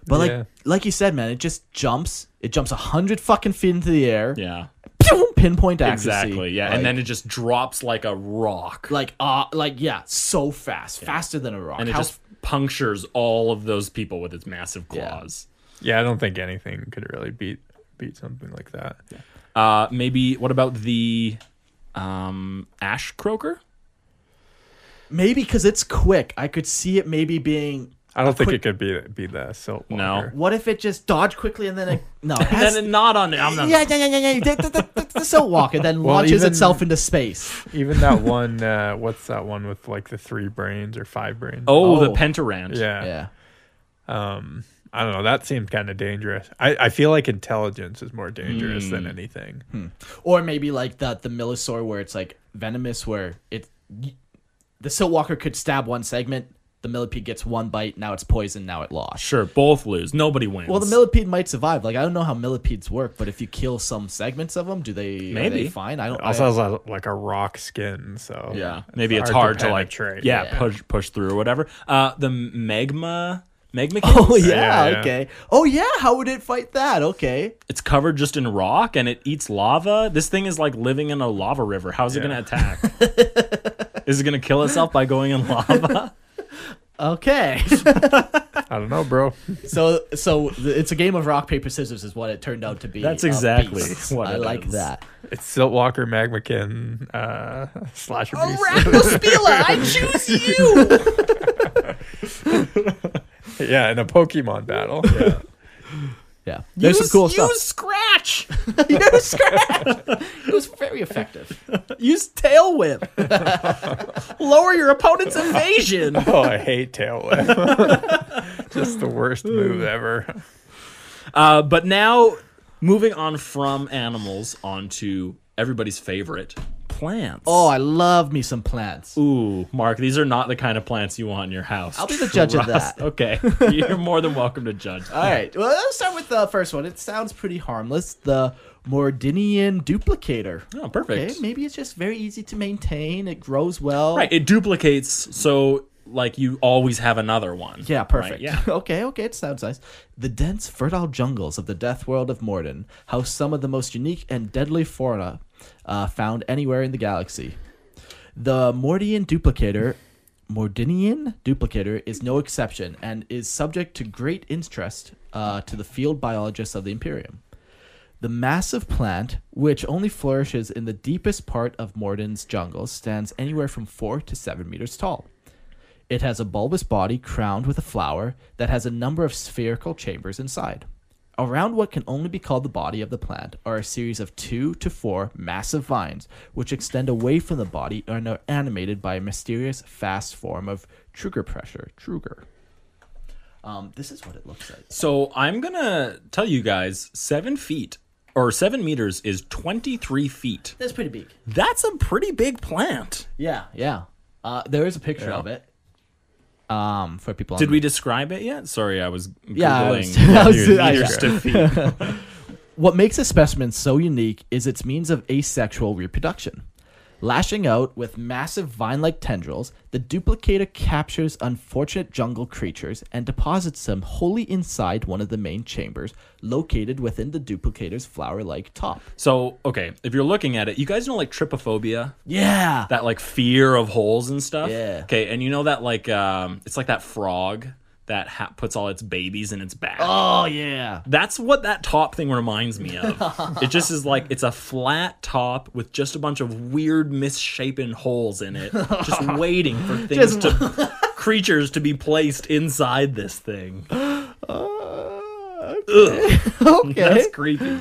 But
Yeah.
like like you said, man, it just jumps. It jumps a hundred fucking feet into the air.
Yeah,
Pew! pinpoint accuracy.
exactly. Yeah,
Like-
and then it just drops like a rock,
like uh like yeah, so fast. Faster than a rock.
and it
How-
just punctures all of those people with its massive
Yeah.
claws.
Yeah, I don't think anything could really beat beat something like that.
Uh, maybe what about the um, ash croaker?
maybe because it's quick. I could see it maybe being
I don't think it could be be the silt
No.
walker.
what if it just dodge quickly and then it no it
And
has,
then a knot on it. I'm not.
yeah, yeah, yeah, yeah, yeah. The, the, the, the silt walker then
Well,
launches
even-
itself into space.
Even that one, uh, what's that one with like the three brains or five brains?
Oh, the
Oh.
pentarand.
yeah.
Yeah.
I don't know. That seemed kind of dangerous. I, I feel like intelligence is more dangerous than
Hmm.
anything.
Hmm. or maybe like the the Millisaur where it's like venomous, where it the Siltwalker could stab one segment, the millipede gets one bite, now it's poison, now it lost.
Sure, both lose. Nobody wins.
Well, the millipede might survive. Like I don't know how millipedes work, but if you kill some segments of them, do they are
Maybe.
they fine? I don't.
Also
I,
has a, like a rock skin, so
Yeah, maybe it's, hard,
hard
to,
to
like
penetrate.
yeah,
Yeah.
push push through or whatever. Uh, the magma magma.
oh
kings?
yeah,
Yeah, yeah.
okay. Oh yeah, how would it fight that? Okay,
it's covered just in rock and it eats lava. This thing is like living in a lava river. How's it
Yeah.
gonna attack? is it gonna kill itself by going in lava?
okay.
I don't know, bro.
so so th- it's a game of rock paper scissors, is what it turned out to be.
That's
of
exactly
beasts.
what
I
it
like
is.
that.
It's silt walker, magmakin, uh, slasher beast.
Arachnospila, I choose you.
yeah, in a Pokemon battle. Yeah.
Yeah. There's some cool stuff.
Use scratch.
Use scratch. It was very effective.
Use tail whip. Lower your opponent's evasion.
Oh, I hate tail whip. Just the worst move ever.
Uh, but now, moving on from animals onto everybody's favorite plants.
Oh, I love me some plants.
Ooh, Mark, these are not the kind of plants you want in your house.
I'll be the judge of
Trust-
that. Uh,
Okay, you're more than welcome to judge.
All right. Well, let's start with the first one. It sounds pretty harmless. The Mordinian duplicator.
Oh, perfect.
Okay, maybe it's just very easy to maintain. It grows well.
Right, it duplicates, so like you always have another one.
Yeah,
right?
perfect.
Yeah.
okay, okay, it sounds nice. The dense, fertile jungles of the death world of Morden house some of the most unique and deadly fauna uh, found anywhere in the galaxy. The Mordian duplicator, Mordinian duplicator, is no exception and is subject to great interest uh, to the field biologists of the Imperium. The massive plant, which only flourishes in the deepest part of Morden's jungles, stands anywhere from four to seven meters tall. It has a bulbous body crowned with a flower that has a number of spherical chambers inside. Around what can only be called the body of the plant are a series of two to four massive vines which extend away from the body and are animated by a mysterious fast form of Truger pressure. Truger. Um, this is what it looks like.
So I'm gonna tell you guys, seven feet or seven meters is 23 feet.
That's pretty big.
That's a pretty big plant.
Yeah, yeah. Uh, there is a picture of it. Um, for people.
Did
on-
we describe it yet? Sorry, I was googling.
Yeah, I was- I was- I-
meters to feet.
What makes a specimen so unique is its means of asexual reproduction. Lashing out with massive vine like tendrils, the duplicator captures unfortunate jungle creatures and deposits them wholly inside one of the main chambers located within the duplicator's flower like top.
So, okay, if you're looking at it, you guys know like trypophobia,
Yeah!
that like fear of holes and stuff.
Yeah.
Okay, and you know that like um, it's like that frog that ha- puts all its babies in its back.
oh, yeah!
That's what that top thing reminds me of. it just is like it's a flat top with just a bunch of weird misshapen holes in it, just waiting for things
Just-
to creatures to be placed inside this thing.
Uh, okay.
That's creepy.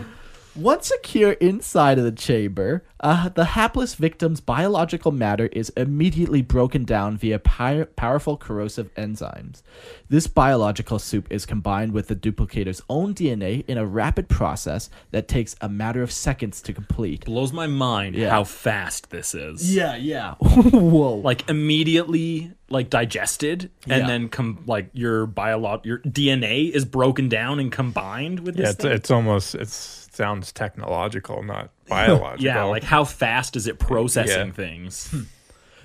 Once secure inside of the chamber, uh, the hapless victim's biological matter is immediately broken down via pi- powerful corrosive enzymes. This biological soup is combined with the duplicator's own DNA in a rapid process that takes a matter of seconds to complete.
Blows my mind how fast this is.
Yeah, yeah. Whoa.
Like immediately like digested and
Yeah.
then com- like your biolog your DNA is broken down and combined with this
Yeah, it's,
thing.
it's almost it sounds technological, not biological.
yeah, like how fast is it processing
Yeah.
things?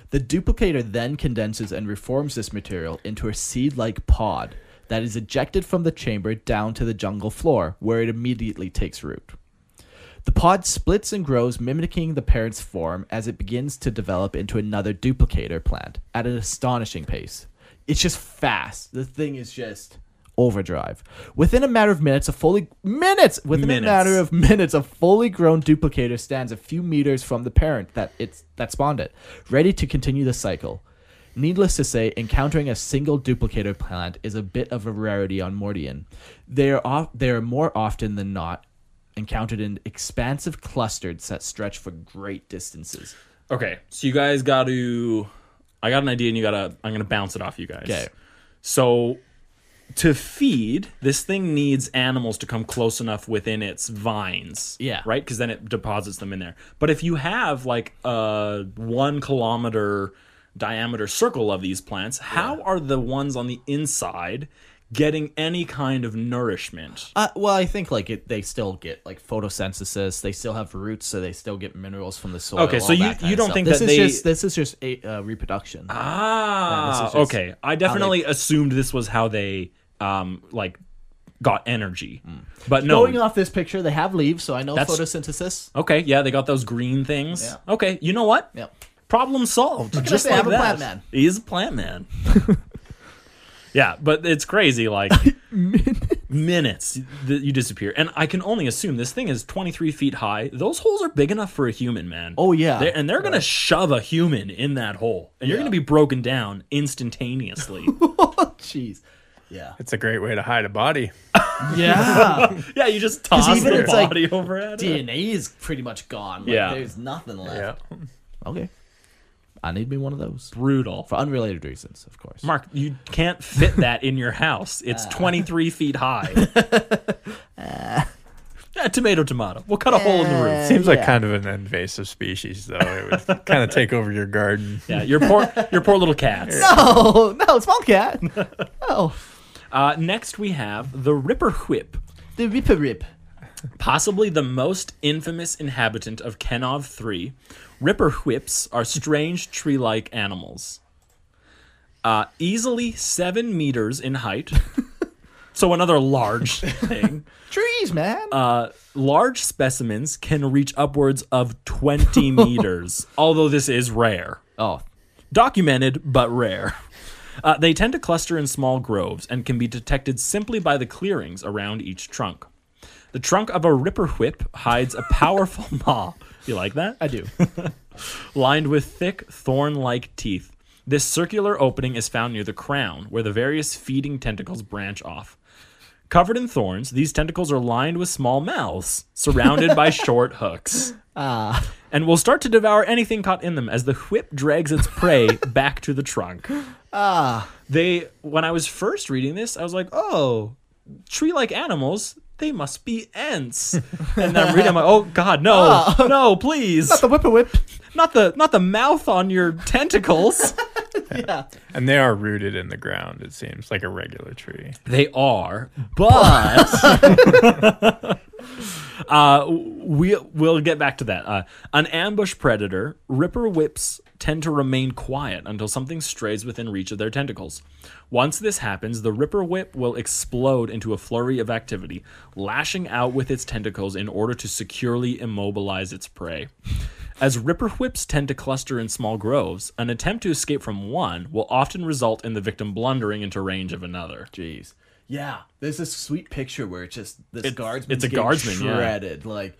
The duplicator then condenses and reforms this material into a seed like pod that is ejected from the chamber down to the jungle floor, where it immediately takes root. The pod splits and grows, mimicking the parent's form as it begins to develop into another duplicator plant at an astonishing pace. It's just fast. The thing is just overdrive. Within a matter of minutes, a fully minutes within
Minutes.
a matter of minutes, a fully grown duplicator stands a few meters from the parent that it's that spawned it, ready to continue the cycle. Needless to say, encountering a single duplicator plant is a bit of a rarity on Mordian. They are off, they are more often than not encountered in expansive clusters that stretch for great distances.
Okay, so you guys got to. I got an idea, and you got to. I'm gonna bounce it off you guys.
Okay.
So, to feed, this thing needs animals to come close enough within its vines.
Yeah.
Right, because then it deposits them in there. But if you have like a one kilometer diameter circle of these plants, how are the ones on the inside getting any kind of nourishment?
Uh, well, I think like it, they still get like photosynthesis. They still have roots, so they still get minerals from the soil.
Okay, so
all
you-
that kind
you
of
don't
stuff.
think
this
that
is
they-
just this is just a uh, reproduction?
Ah,
Yeah, this is just
okay. I definitely assumed this was how they um like got energy,
Mm.
but no.
Going off this picture, they have leaves, so I know
That's-
photosynthesis.
okay, yeah, they got those green things.
Yeah.
Okay, you know what?
Yep.
Problem solved.
I
Just
say?
like
I'm a
that.
plant man.
He is a plant man. yeah, but it's crazy. Like minutes, that you disappear, and I can only assume this thing is 23 feet high. Those holes are big enough for a human, man.
Oh, yeah.
They're- and they're gonna shove a human in that hole, and you're gonna be broken down instantaneously.
Jeez.
Yeah.
It's a great way to hide a body.
Yeah.
Yeah, you just toss
even
the
it's like
body overhead.
DNA is pretty much gone. Like,
Yeah.
there's-
There's nothing left.
Yeah.
Okay. I need me one of those.
Brutal.
For unrelated reasons, of course.
Mark, you can't fit that in your house. It's 23 feet high. Yeah, tomato, tomato. We'll cut a hole in the roof.
Seems like kind of an invasive species, though. It would kind of take over your garden.
Yeah, your poor, your poor little cats.
Oh no, small cat. Oh,
Uh, next, we have the Ripper Whip,
the Ripper Rip.
possibly the most infamous inhabitant of Kenov 3. Ripper Whips are strange tree-like animals, uh, easily seven meters in height. so another large thing.
Trees, man.
Uh, large specimens can reach upwards of 20 meters, although this is rare.
Oh.
Documented, but rare. Uh, they tend to cluster in small groves and can be detected simply by the clearings around each trunk. The trunk of a ripper whip hides a powerful maw. You like that?
I do.
lined with thick, thorn like teeth. This circular opening is found near the crown, where the various feeding tentacles branch off. Covered in thorns, these tentacles are lined with small mouths, surrounded by short hooks. And will start to devour anything caught in them as the whip drags its prey back to the trunk. Ah. They when I was first reading this, I was like, oh, tree like animals, they must be ants. and then I'm reading, I'm like, oh god, no, no, please
the Whipper Whip.
not the not the mouth on your tentacles.
And they are rooted in the ground, it seems, like a regular tree.
they are, but uh, we we'll get back to that. Uh, an ambush predator, ripper whips tend to remain quiet until something strays within reach of their tentacles. Once this happens, the ripper whip will explode into a flurry of activity, lashing out with its tentacles in order to securely immobilize its prey. As ripper whips tend to cluster in small groves, an attempt to escape from one will often result in the victim blundering into range of another.
Jeez. Yeah. There's this sweet picture where it's just this
It's-
guardsman.
it's a guardsman, yeah.
shredded. Like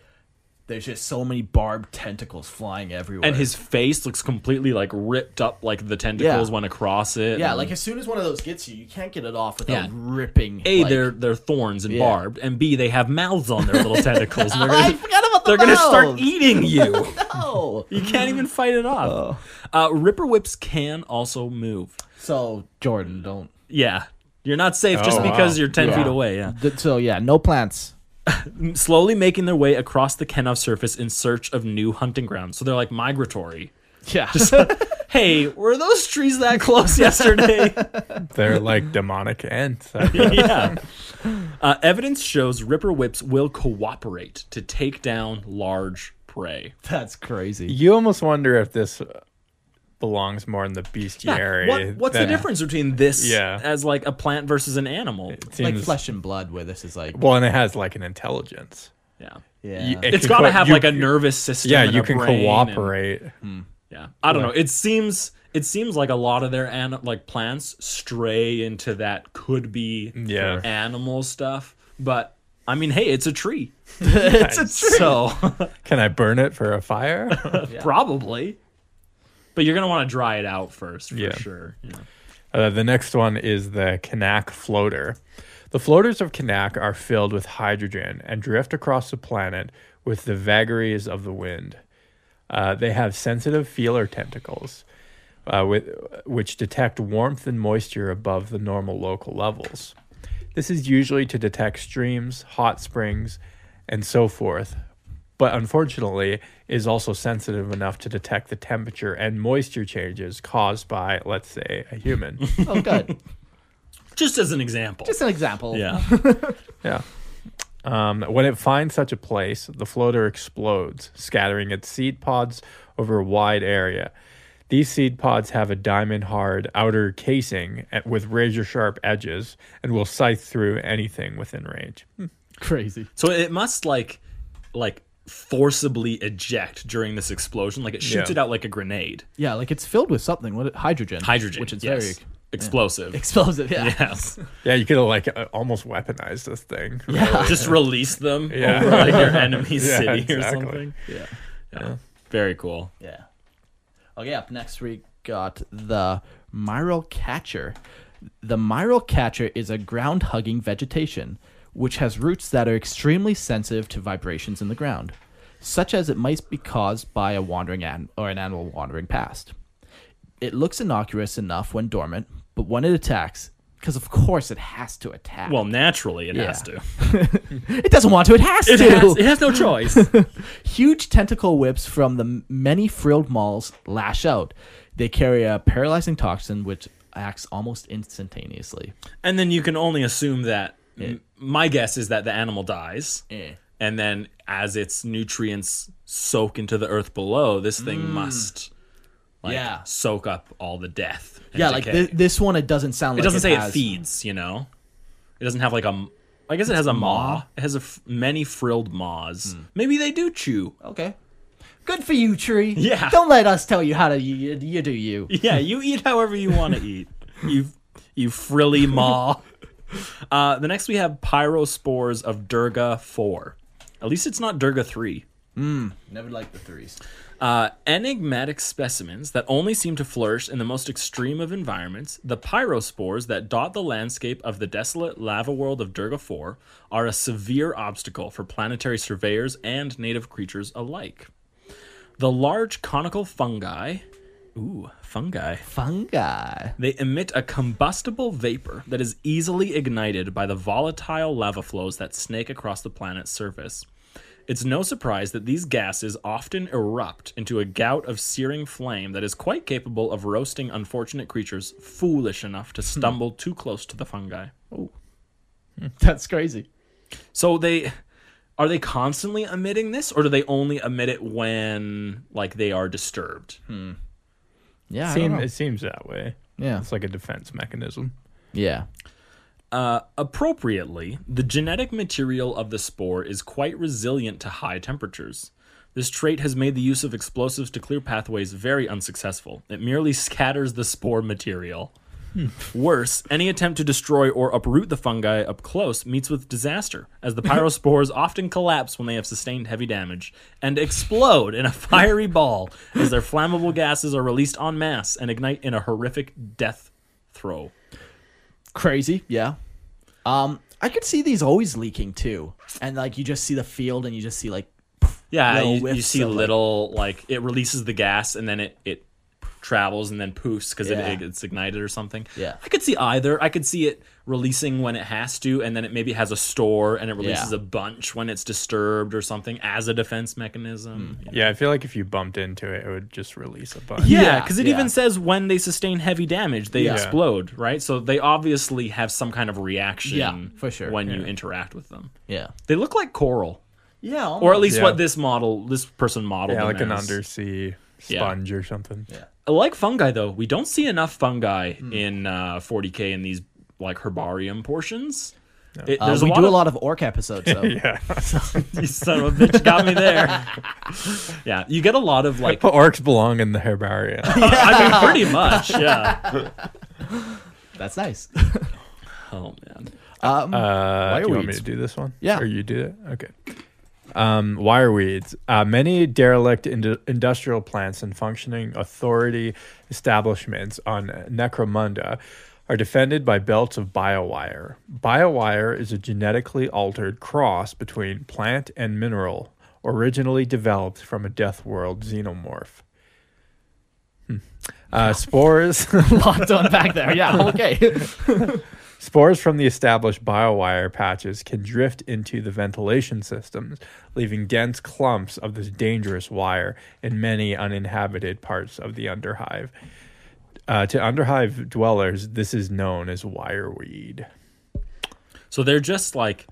there's just so many barbed tentacles flying everywhere.
And his face looks completely like ripped up, like the tentacles
Yeah.
went across it.
Yeah,
and-
like as soon as one of those gets you, you can't get it off without
Yeah.
ripping.
a
like-
they're they're thorns and barbed, and b they have mouths on their little tentacles. And they're
I
gonna,
forgot about the
they're gonna start
mouths.
eating you.
No.
You can't even fight it off.
Oh.
Uh, Ripper whips can also move.
so Jordan, don't.
Yeah, you're not safe just
Oh, wow.
because you're ten feet away. Yeah.
Th- So yeah, no plants.
slowly making their way across the Kenov surface in search of new hunting grounds. So they're like migratory.
Yeah.
Hey, were those trees that close yesterday?
They're like demonic ants. I guess.
yeah. Uh, evidence shows Ripper Whips will cooperate to take down large prey.
That's crazy.
You almost wonder if this uh, belongs more in the bestiary.
What, what's the
than-
difference between this
Yeah.
as like a plant versus an animal?
It
Like
seems,
flesh and blood, where this is like.
Well, and it has like an intelligence.
Yeah.
Yeah.
You- it
It's
can
got to
co-
have
you-
like a nervous system.
Yeah,
and
you
a
can
brain and- Mm.
cooperate.
yeah. I don't know. It seems it seems like a lot of their an- like plants stray into that could be
Yeah.
animal stuff, but I mean, hey, it's a tree. it's a tree. So
Can I burn it for a fire?
probably. But you're going to want to dry it out first for
Yeah.
sure. Yeah.
Uh, the next one is the Kanak floater. The floaters of Kanak are filled with hydrogen and drift across the planet with the vagaries of the wind. Uh, they have sensitive feeler tentacles, uh, with, which detect warmth and moisture above the normal local levels. This is usually to detect streams, hot springs, and so forth, but unfortunately is also sensitive enough to detect the temperature and moisture changes caused by, let's say, a human.
oh good.
Just as an example.
Just an example.
yeah.
Yeah. Um, when it finds such a place, the floater explodes, scattering its seed pods over a wide area. These seed pods have a diamond hard outer casing at- with razor sharp edges and will scythe through anything within range.
Crazy.
So it must like like forcibly eject during this explosion. Like it shoots
Yeah.
it out like a grenade.
Yeah, like it's filled with something. What hydrogen?
Hydrogen.
which is
yes.
very
explosive.
explosive. Yeah.
Yes.
Yeah, you could have like uh, almost weaponized this thing. really.
Just release them
Yeah.
over like your enemy's
Yeah,
city or
exactly.
something. Yeah. yeah. Very cool.
Yeah. Okay, up next we got the Myral Catcher.
The myral catcher is a ground hugging vegetation, which has roots that are extremely sensitive to vibrations in the ground, such as it might be caused by a wandering an- or an animal wandering past. It looks innocuous enough when dormant, but when it attacks, because of course it has to attack.
Well, naturally, it has
Yeah.
to.
it doesn't want to. It has
It
to.
has, it has no choice.
Huge tentacle whips from the m- many frilled mauls lash out. They carry a paralyzing toxin which acts almost instantaneously.
and then you can only assume that. m- My guess is that the animal dies, and then as its nutrients soak into the earth below, this thing
Mm.
must like
Yeah.
soak up all the death. and
yeah, like
decay.
thi- this one, it doesn't sound.
it
like
doesn't say
has-
it feeds. You know, it doesn't have like a. m- I guess it has a maw. It has a f- many frilled maws.
Hmm.
Maybe they do chew.
Okay, good for you, tree.
Yeah.
don't let us tell you how to. You, you do you.
Yeah, you eat however you want to eat. You you frilly maw. Uh, the next we have Pyrospores of Durga 4. At least it's not Durga 3.
Never liked the threes.
Uh, enigmatic specimens that only seem to flourish in the most extreme of environments, the pyrospores that dot the landscape of the desolate lava world of Durga 4 are a severe obstacle for planetary surveyors and native creatures alike. The large conical fungi. Ooh, fungi.
Fungi.
They emit a combustible vapor that is easily ignited by the volatile lava flows that snake across the planet's surface. It's no surprise that these gases often erupt into a gout of searing flame that is quite capable of roasting unfortunate creatures foolish enough to stumble too close to the fungi.
That's crazy.
So they are they constantly emitting this or do they only emit it when like they are disturbed?
Yeah, I don't
Seem,
know.
it seems that way.
yeah,
It's like a defense mechanism.
yeah.
Appropriately, the genetic material of the spore is quite resilient to high temperatures. This trait has made the use of explosives to clear pathways very unsuccessful. It merely scatters the spore material. Worse, any attempt to destroy or uproot the fungi up close meets with disaster, as the pyrospores often collapse when they have sustained heavy damage and explode in a fiery ball as their flammable gases are released en masse and ignite in a horrific death throw.
Crazy. Yeah. Um, I could see these always leaking too, and like you just see the field, and you just see like
Yeah,
little
you, you
whiffs
see
of, like-
little like, it releases the gas and then it it travels and then poofs because
Yeah.
it, it's ignited or something.
Yeah.
I could see either. I could see it releasing when it has to, and then it maybe has a store and it releases a
Yeah.
bunch when it's disturbed or something as a defense mechanism.
Hmm.
Yeah, I feel like if you bumped into it, it would just release a bunch.
Yeah,
Yeah,
because it
yeah.
even says when they sustain heavy damage, they
Yeah.
explode, right? So they obviously have some kind of reaction
Yeah, for sure,
when you interact with them.
yeah,
They look like coral,
yeah, almost.
or at least
Yeah.
what this model, this person modeled.
Yeah,
them
like an
as.
undersea sponge or something. Yeah.
like fungi though we don't see enough fungi in uh, 40k in these like herbarium portions It-
Uh, we
lot
do
of-
a lot of orc episodes though.
you son of a bitch got me there yeah you get a lot of like
But orcs belong in the herbarium. Uh,
i mean pretty much yeah
That's nice.
oh man
Um,
Uh, do you want me
weeds?
to do this one?
Yeah.
Or you do it? Okay. Um, wire weeds. Uh, many derelict ind- industrial plants and functioning authority establishments on Necromunda are defended by belts of biowire. Biowire is a genetically altered cross between plant and mineral, originally developed from a Death World xenomorph. Hmm. Uh, spores.
lot to unpack there. Yeah. Okay.
Spores from the established biowire patches can drift into the ventilation systems, leaving dense clumps of this dangerous wire in many uninhabited parts of the underhive. Uh, to underhive dwellers, this is known as wireweed.
so they're just like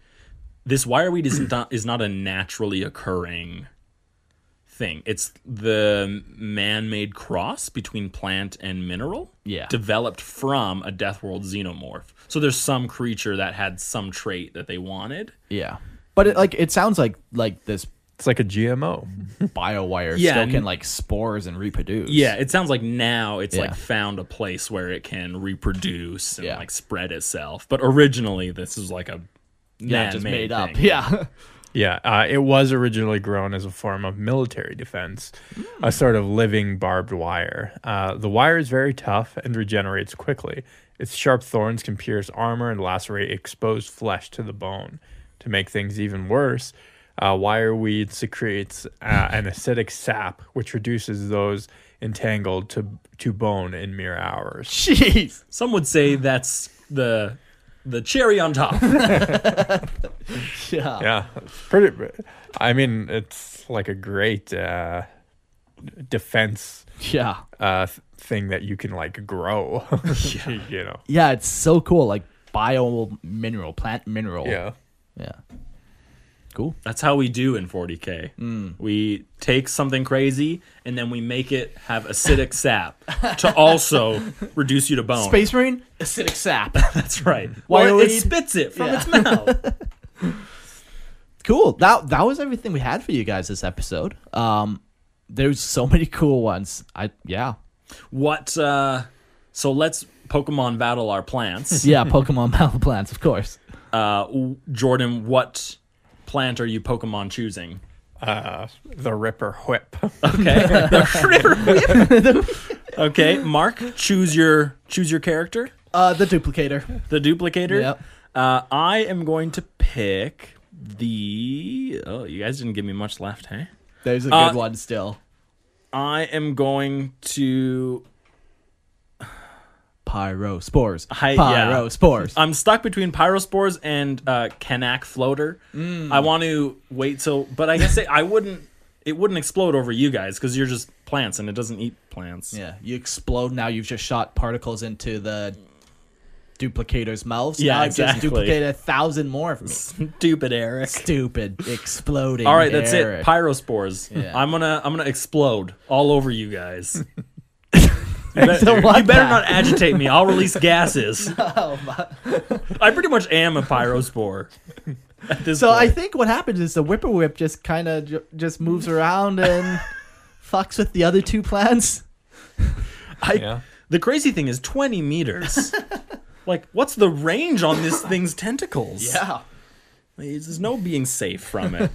this wireweed is not is not a naturally occurring thing it's the man-made cross between plant and mineral
Yeah.
developed from a death world xenomorph so there's some creature that had some trait that they wanted
yeah. But it, like, it sounds like like this
It's like a GMO.
biowire
Yeah,
still can
and-
like spores and reproduce.
Yeah, it sounds like now it's
Yeah.
like found a place where it can reproduce and
Yeah.
like spread itself. But originally, this is like a
Yeah. Just
man-made
made up.
thing.
Yeah.
Yeah, uh, it was originally grown as a form of military defense, a sort of living barbed wire. Uh, the wire is very tough and regenerates quickly. Its sharp thorns can pierce armor and lacerate exposed flesh to the bone. To make things even worse, uh, wireweed secretes uh, an acidic sap, which reduces those entangled to to bone in mere hours.
Jeez.
Some would say that's the the cherry on top.
Yeah.
Yeah, pretty. I mean, it's like a great uh, defense
Yeah.
uh, th- thing that you can like grow. you know.
Yeah, it's so cool. Like bio mineral, plant mineral.
Yeah.
Yeah. Cool.
That's how we do in 40K.
Mm.
We take something crazy and then we make it have acidic sap to also reduce you to bone.
Space Marine, Oh, acidic sap.
That's right. Well, it,
Wireweed.
it spits it from its mouth.
cool. That that was everything we had for you guys this episode. Um there's so many cool ones. I yeah.
what? Uh, so let's Pokemon battle our plants.
Yeah, Pokemon battle plants, of course.
Uh, w- Jordan, what plant are you Pokemon choosing?
Uh, the Ripper Whip.
Okay. The River Whip. okay, Mark, choose your choose your character.
Uh the duplicator.
The duplicator.
Yep.
Uh, I am going to pick the. Oh, you guys didn't give me much left, hey?
There's a good
Uh,
one still.
I am going to.
Pyro spores.
Hi-
Pyro
yeah. Uh,
spores.
I'm stuck between Pyrospores and uh, Kanak Floater.
Mm.
I want to wait till, but I guess it, I wouldn't. It wouldn't explode over you guys because you're just plants and it doesn't eat plants.
Yeah, you explode now. You've just shot particles into the duplicator's mouth. So
Yeah,
now I've
exactly.
just duplicated a thousand more of me.
Stupid Eric.
Stupid exploding.
All right, that's
Eric.
it. Pyrospores. I'm gonna I'm gonna explode all over you guys. you better,
Don't want
you better
that. Oh,
not agitate me. I'll release gases. I pretty much am a pyrospore. At this
so
point.
I think what happens is the whippoorwip just kind of ju- just moves around and fucks with the other two plants.
I-
Yeah.
the crazy thing is 20 meters. like, what's the range on this thing's tentacles? there's no being safe from it.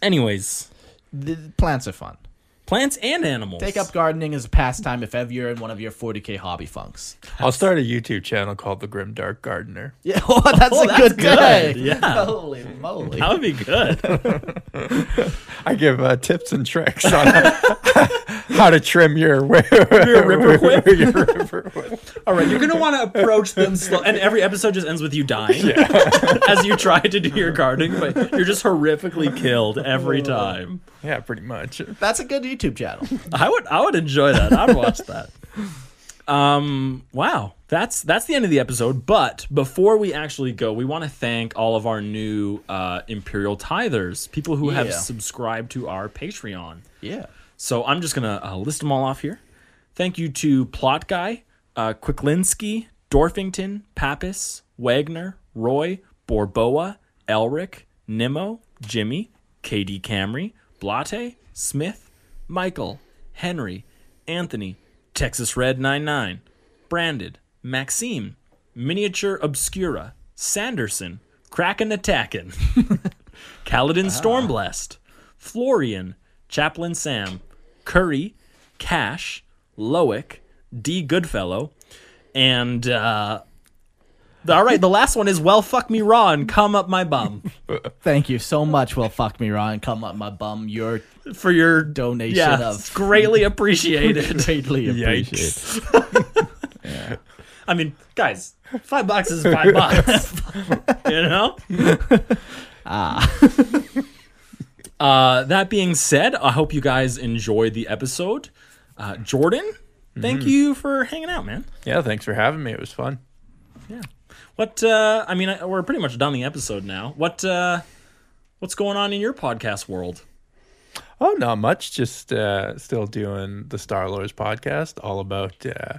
Anyways,
the the plants are fun.
plants and animals.
Take up gardening as a pastime if ever you're in one of your 40k hobby funks.
I'll start a YouTube channel called The Grim Dark Gardener.
Yeah, oh, that's a good, day.
Yeah,
Holy moly!
that would be good.
I give uh, tips and tricks on how to trim your whip.
Ripper Whip.
your Ripper Whip.
All right, you're gonna want to approach them slow, and every episode just ends with you dying as you try to do your gardening, but you're just horrifically killed every time.
Yeah, pretty much.
That's a good YouTube channel.
I would, I would enjoy that. I'd watch that. Um, wow, that's that's the end of the episode. But before we actually go, we want to thank all of our new uh, Imperial Tithers, people who have
Yeah.
subscribed to our Patreon.
Yeah.
So I'm just gonna uh, list them all off here. Thank you to Plot Guy, uh, Quicklinski, Dorfington, Pappas, Wagner, Roy, Borboa, Elric, Nimmo, Jimmy, KD Camry, Blatte, Smith, Michael, Henry, Anthony, Texas Red 99, Branded, Maxime, Miniature Obscura, Sanderson, Kraken Attackin'.
Ah.
Kaladin Stormblessed, Florian, Chaplain Sam, Curry, Cash, Loic, D. Goodfellow, and uh, all right, the last one is well fuck me raw and come up my bum
Thank you so much. Well, fuck me, Ron. Come up my bum. You're
for your
Donation
Yeah,
of-
it's greatly appreciated.
greatly appreciated.
Yikes.
I mean, guys, five bucks is five bucks. you know? Ah. uh, that being said, I hope you guys enjoyed the episode. Uh, Jordan,
Mm-hmm.
thank you for hanging out, man.
Yeah, thanks for having me. It was fun.
What, uh, I mean, I, we're pretty much done the episode now. What, uh, what's going on in your podcast world?
Oh, not much. Just uh, still doing the Star Lords podcast, all about uh,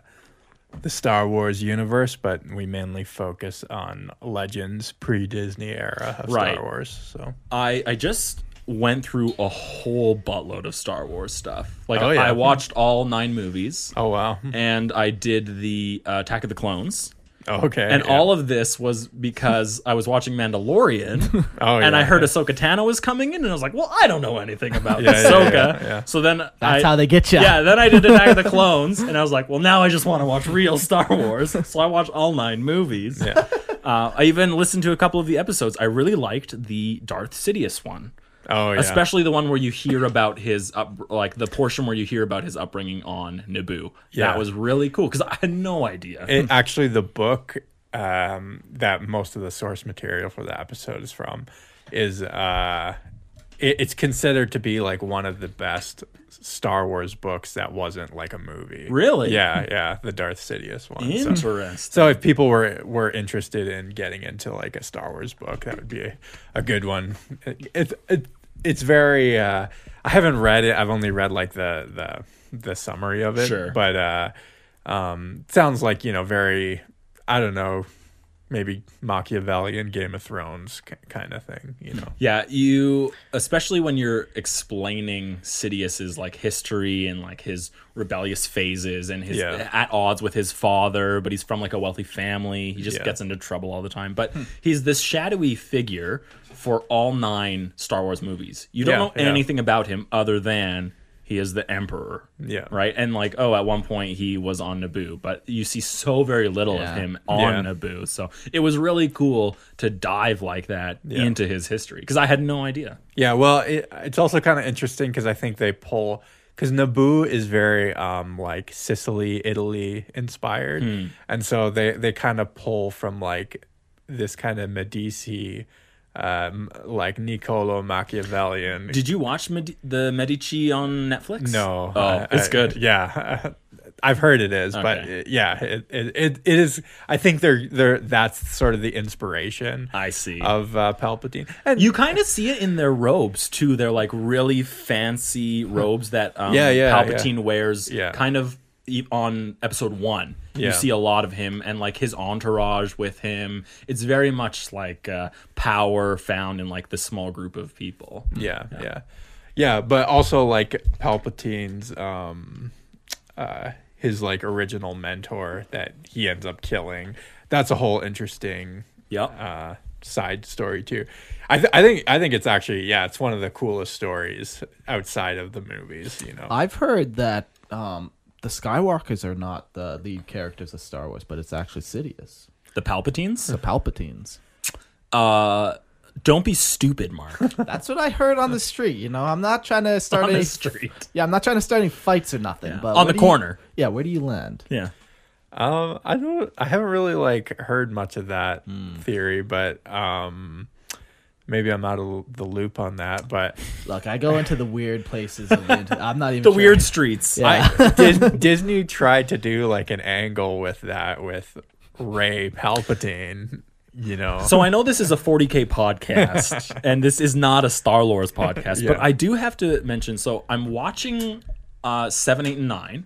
the Star Wars universe, but we mainly focus on Legends pre Disney era of
Right.
Star Wars. So
I, I just went through a whole buttload of Star Wars stuff. Like,
Oh, yeah.
I watched all nine movies.
Oh wow.
and I did the uh, Attack of the Clones.
Okay.
And
yeah.
all of this was because I was watching Mandalorian,
Oh,
and I
yeah,
heard
yeah.
Ahsoka Tano was coming in, and I was like, "Well, I don't know anything about
Yeah, yeah,
Ahsoka."
yeah, yeah.
So then
That's
I,
how they get you.
Yeah, then I did Attack of the Clones, and I was like, "Well, now I just want to watch real Star Wars." So I watched all nine movies.
Yeah.
Uh, I even listened to a couple of the episodes. I really liked the Darth Sidious one.
Oh yeah.
Especially the one where you hear about his up, like the portion where you hear about his upbringing on Naboo.
Yeah.
That was really cool because I had no idea.
It- actually, the book um, that most of the source material for the episode is from is uh, it, it's considered to be like one of the best Star Wars books that wasn't like a movie.
Really?
Yeah, yeah. The Darth Sidious one. So-
Interesting.
So if people were were interested in getting into like a Star Wars book, that would be a, a good one. It's it, it's very. Uh, I haven't read it. I've only read like the the the summary of it.
Sure.
but uh, um, sounds like you know very. I don't know, maybe Machiavellian Game of Thrones k- kind of thing. You know.
Yeah, you especially when you're explaining Sidious's like history and like his rebellious phases and his
Yeah.
at odds with his father, but he's from like a wealthy family. He just
Yeah. Hmm.
gets into trouble all the time. But he's this shadowy figure for all nine Star Wars movies. You don't
Yeah,
know
yeah.
anything about him other than he is the emperor.
Yeah.
Right? And like, oh, at one point he was on Naboo, but you see so very little of
Yeah.
him on
Yeah.
Naboo. So it was really cool to dive like that into his history because I had no idea.
Yeah, well, it, it's also kind of interesting because I think they pull because Naboo is very um, like Sicily, Italy inspired,
Hmm.
and so they they kind of pull from like this kind of Medici, um, like Niccolo Machiavellian.
Did you watch Medi- the Medici on Netflix?
no,
oh,
I-
it's
I-
good.
uh, yeah, I've heard it is, but
Okay.
it- yeah, it, it it it is. I think they're they're that's sort of the inspiration
I see.
of uh, Palpatine, and
you kind of see it in their robes too. They're like really fancy robes that um,
Yeah, yeah,
Palpatine wears.
Yeah.
kind of e- on Episode One.
Yeah.
You see a lot of him and like his entourage with him. It's very much like uh, power found in like the small group of people.
yeah yeah yeah but also like palpatine's um uh his like original mentor that he ends up killing that's a whole interesting
Yep.
uh side story too i th- i think i think it's actually yeah it's one of the coolest stories outside of the movies you know
I've heard that um, the Skywalkers are not the lead characters of Star Wars, but it's actually Sidious,
The Palpatines.
the Palpatines.
Uh, don't be stupid, Mark.
That's what I heard on the street. You know, I'm not trying to start
On the
any
street.
Yeah, I'm not trying to start any fights or nothing. But
On
where
the
do you-
corner.
yeah, where do you land?
yeah.
Um, I don't. I haven't really like heard much of that theory, but um, maybe I'm out of the loop on that. But
Look, I go into the weird places. And into, I'm not even
The
sure.
weird streets.
I, Dis- Disney tried to do like an angle with that with Ray Palpatine, you know.
So I know this is a 40k podcast, and this is not a Star Lords podcast, but I do have to mention. So I'm watching uh, seven, eight, and nine,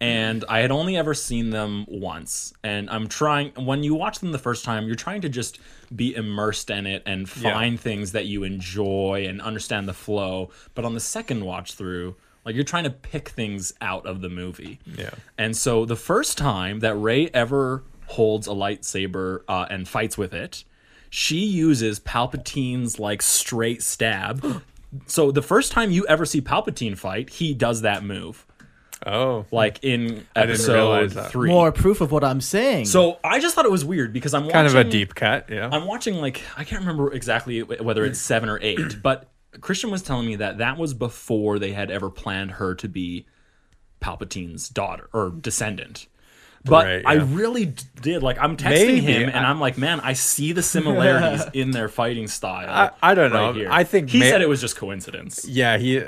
and I had only ever seen them once, and I'm trying. When you watch them the first time, you're trying to just be immersed in it and find things that you enjoy and understand the flow. But on the second watch through. Like you're trying to pick things out of the movie. Yeah. And so the first time that Ray ever holds a lightsaber uh, and fights with it, she uses Palpatine's like straight stab. so the first time you ever see Palpatine fight, he does that move.
oh,
Like in
didn't
episode
realize that.
three.
More proof of what I'm saying.
So I just thought it was weird because I'm
kind of a
watching-
deep cut, yeah.
I'm watching like I can't remember exactly wh- whether it's seven or eight, but Christian was telling me that that was before they had ever planned her to be Palpatine's daughter or descendant. But
Right,
I
yeah.
really d- did like I'm texting
Maybe.
him and I'm like, man, I see the similarities in their fighting style.
I- I don't know.
here."
I think
he
may-
said it was just coincidence.
yeah, he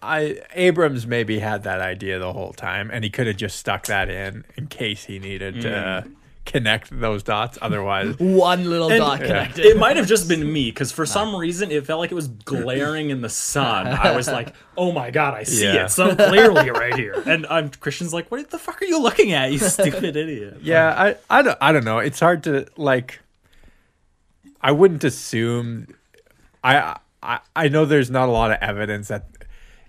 I Abrams maybe had that idea the whole time and he could have just stuck that in in case he needed to connect those dots otherwise.
one little dot
yeah.
connected.
It might have just been me because for some reason it felt like it was glaring in the sun. I was like, "Oh my god, I see
Yeah.
it so clearly right here." And I'm Christian's like, "What the fuck are you looking at, you stupid idiot?"
Yeah, I, I don't I don't know. It's hard to like. I wouldn't assume. I I I know there's not a lot of evidence that.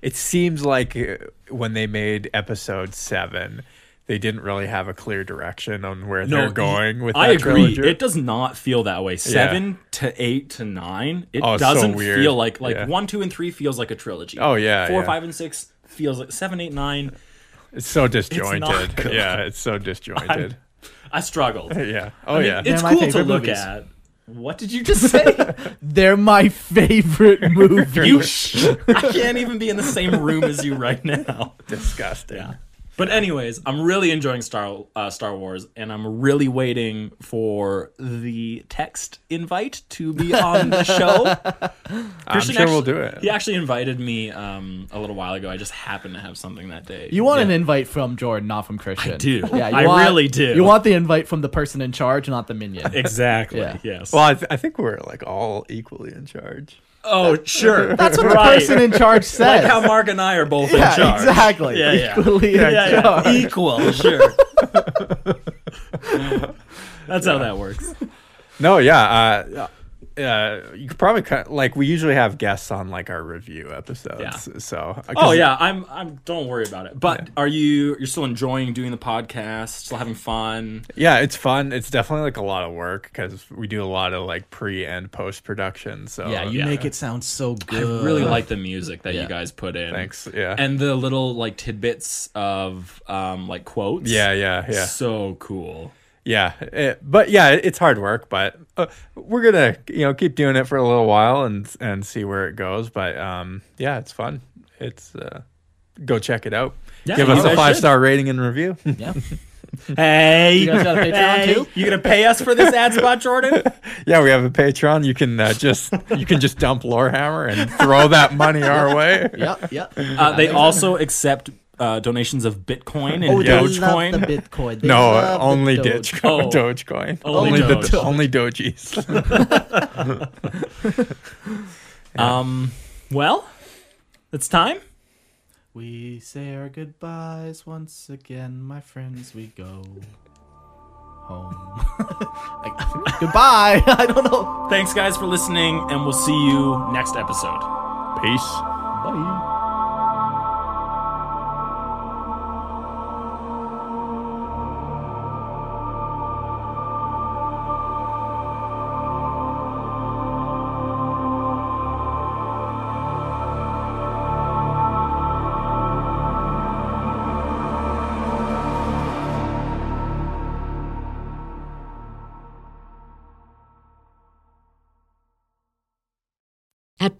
It seems like uh, when they made episode seven, they didn't really have a clear direction on where
No,
they're going with
I
that
agree.
trilogy.
It does not feel that way. Seven to eight to nine, it
Oh, it's so
doesn't
weird.
feel like like
Yeah.
one, two, and three feels like a trilogy.
Oh, yeah,
four,
yeah.
five, and six feels like seven, eight, nine.
It's so
not
disjointed.
good.
yeah, it's so disjointed.
I struggled.
yeah. Oh yeah.
It's
my
cool to
favorite
look
movies.
at. What did
you just say? They're my favorite movie.
you? I can't even be in the same room as you right now.
disgusting. Yeah.
But anyways, I'm really enjoying Star uh, Star Wars, and I'm really waiting for the text invite to be on the show.
I'm
Christian
sure we'll
actually-
do it.
He actually invited me um, a little while ago. I just happened to have something that day.
You want an invite from Jordan, not from Christian. I
do.
Yeah, you
I
want-
really do.
You want the invite from the person in charge, not the minion.
exactly?
Yeah.
Yes.
Well, I, th- I think we're like all equally in charge.
oh, sure.
That's what the
Right.
person in charge says.
Like how Mark and I are both
yeah,
in charge.
exactly.
Yeah, yeah.
Equally in
Yeah, yeah.
charge.
Equal. Sure. That's how that works.
No, yeah. Uh, uh, you could probably cut, like we usually have guests on like our review episodes.
Yeah.
So uh,
Oh yeah, I'm. I'm. Don't worry about it. But are you? You're still enjoying doing the podcast? Still having fun?
yeah, it's fun. It's definitely like a lot of work because we do a lot of like pre and post production. So
Yeah, you
Yeah.
make it sound so good.
I really like the music that you
Yeah.
guys put in.
Thanks, yeah.
And the little like tidbits of um like quotes.
yeah, yeah, yeah.
So cool.
Yeah, it, but yeah, it- it's hard work, but uh, we're gonna you know keep doing it for a little while and and see where it goes. But um, yeah, it's fun. It's uh, go check it out.
Yeah,
Give
you
us a
guys
five
should.
star rating and review. Hmm.
Hey,
You guys got a Patreon, too?
You gonna pay us for this ad spot, Jordan?
yeah, we have a Patreon. You can uh, just you can just dump Lorehammer and throw that money our way.
Yep, yep.
Uh, they also accept uh, donations of Bitcoin and
Oh, they love the
Dogecoin.
Bitcoin. They
No, uh,
love the
only
Doge.
Dogecoin.
Oh.
Dogecoin.
Only
the
Doge.
only Dogies.
Um, well, it's time.
We say our goodbyes once again, my friends. We go home. Like, goodbye. I don't know.
Thanks, guys, for listening, and we'll see you next episode.
Peace.
Bye.
At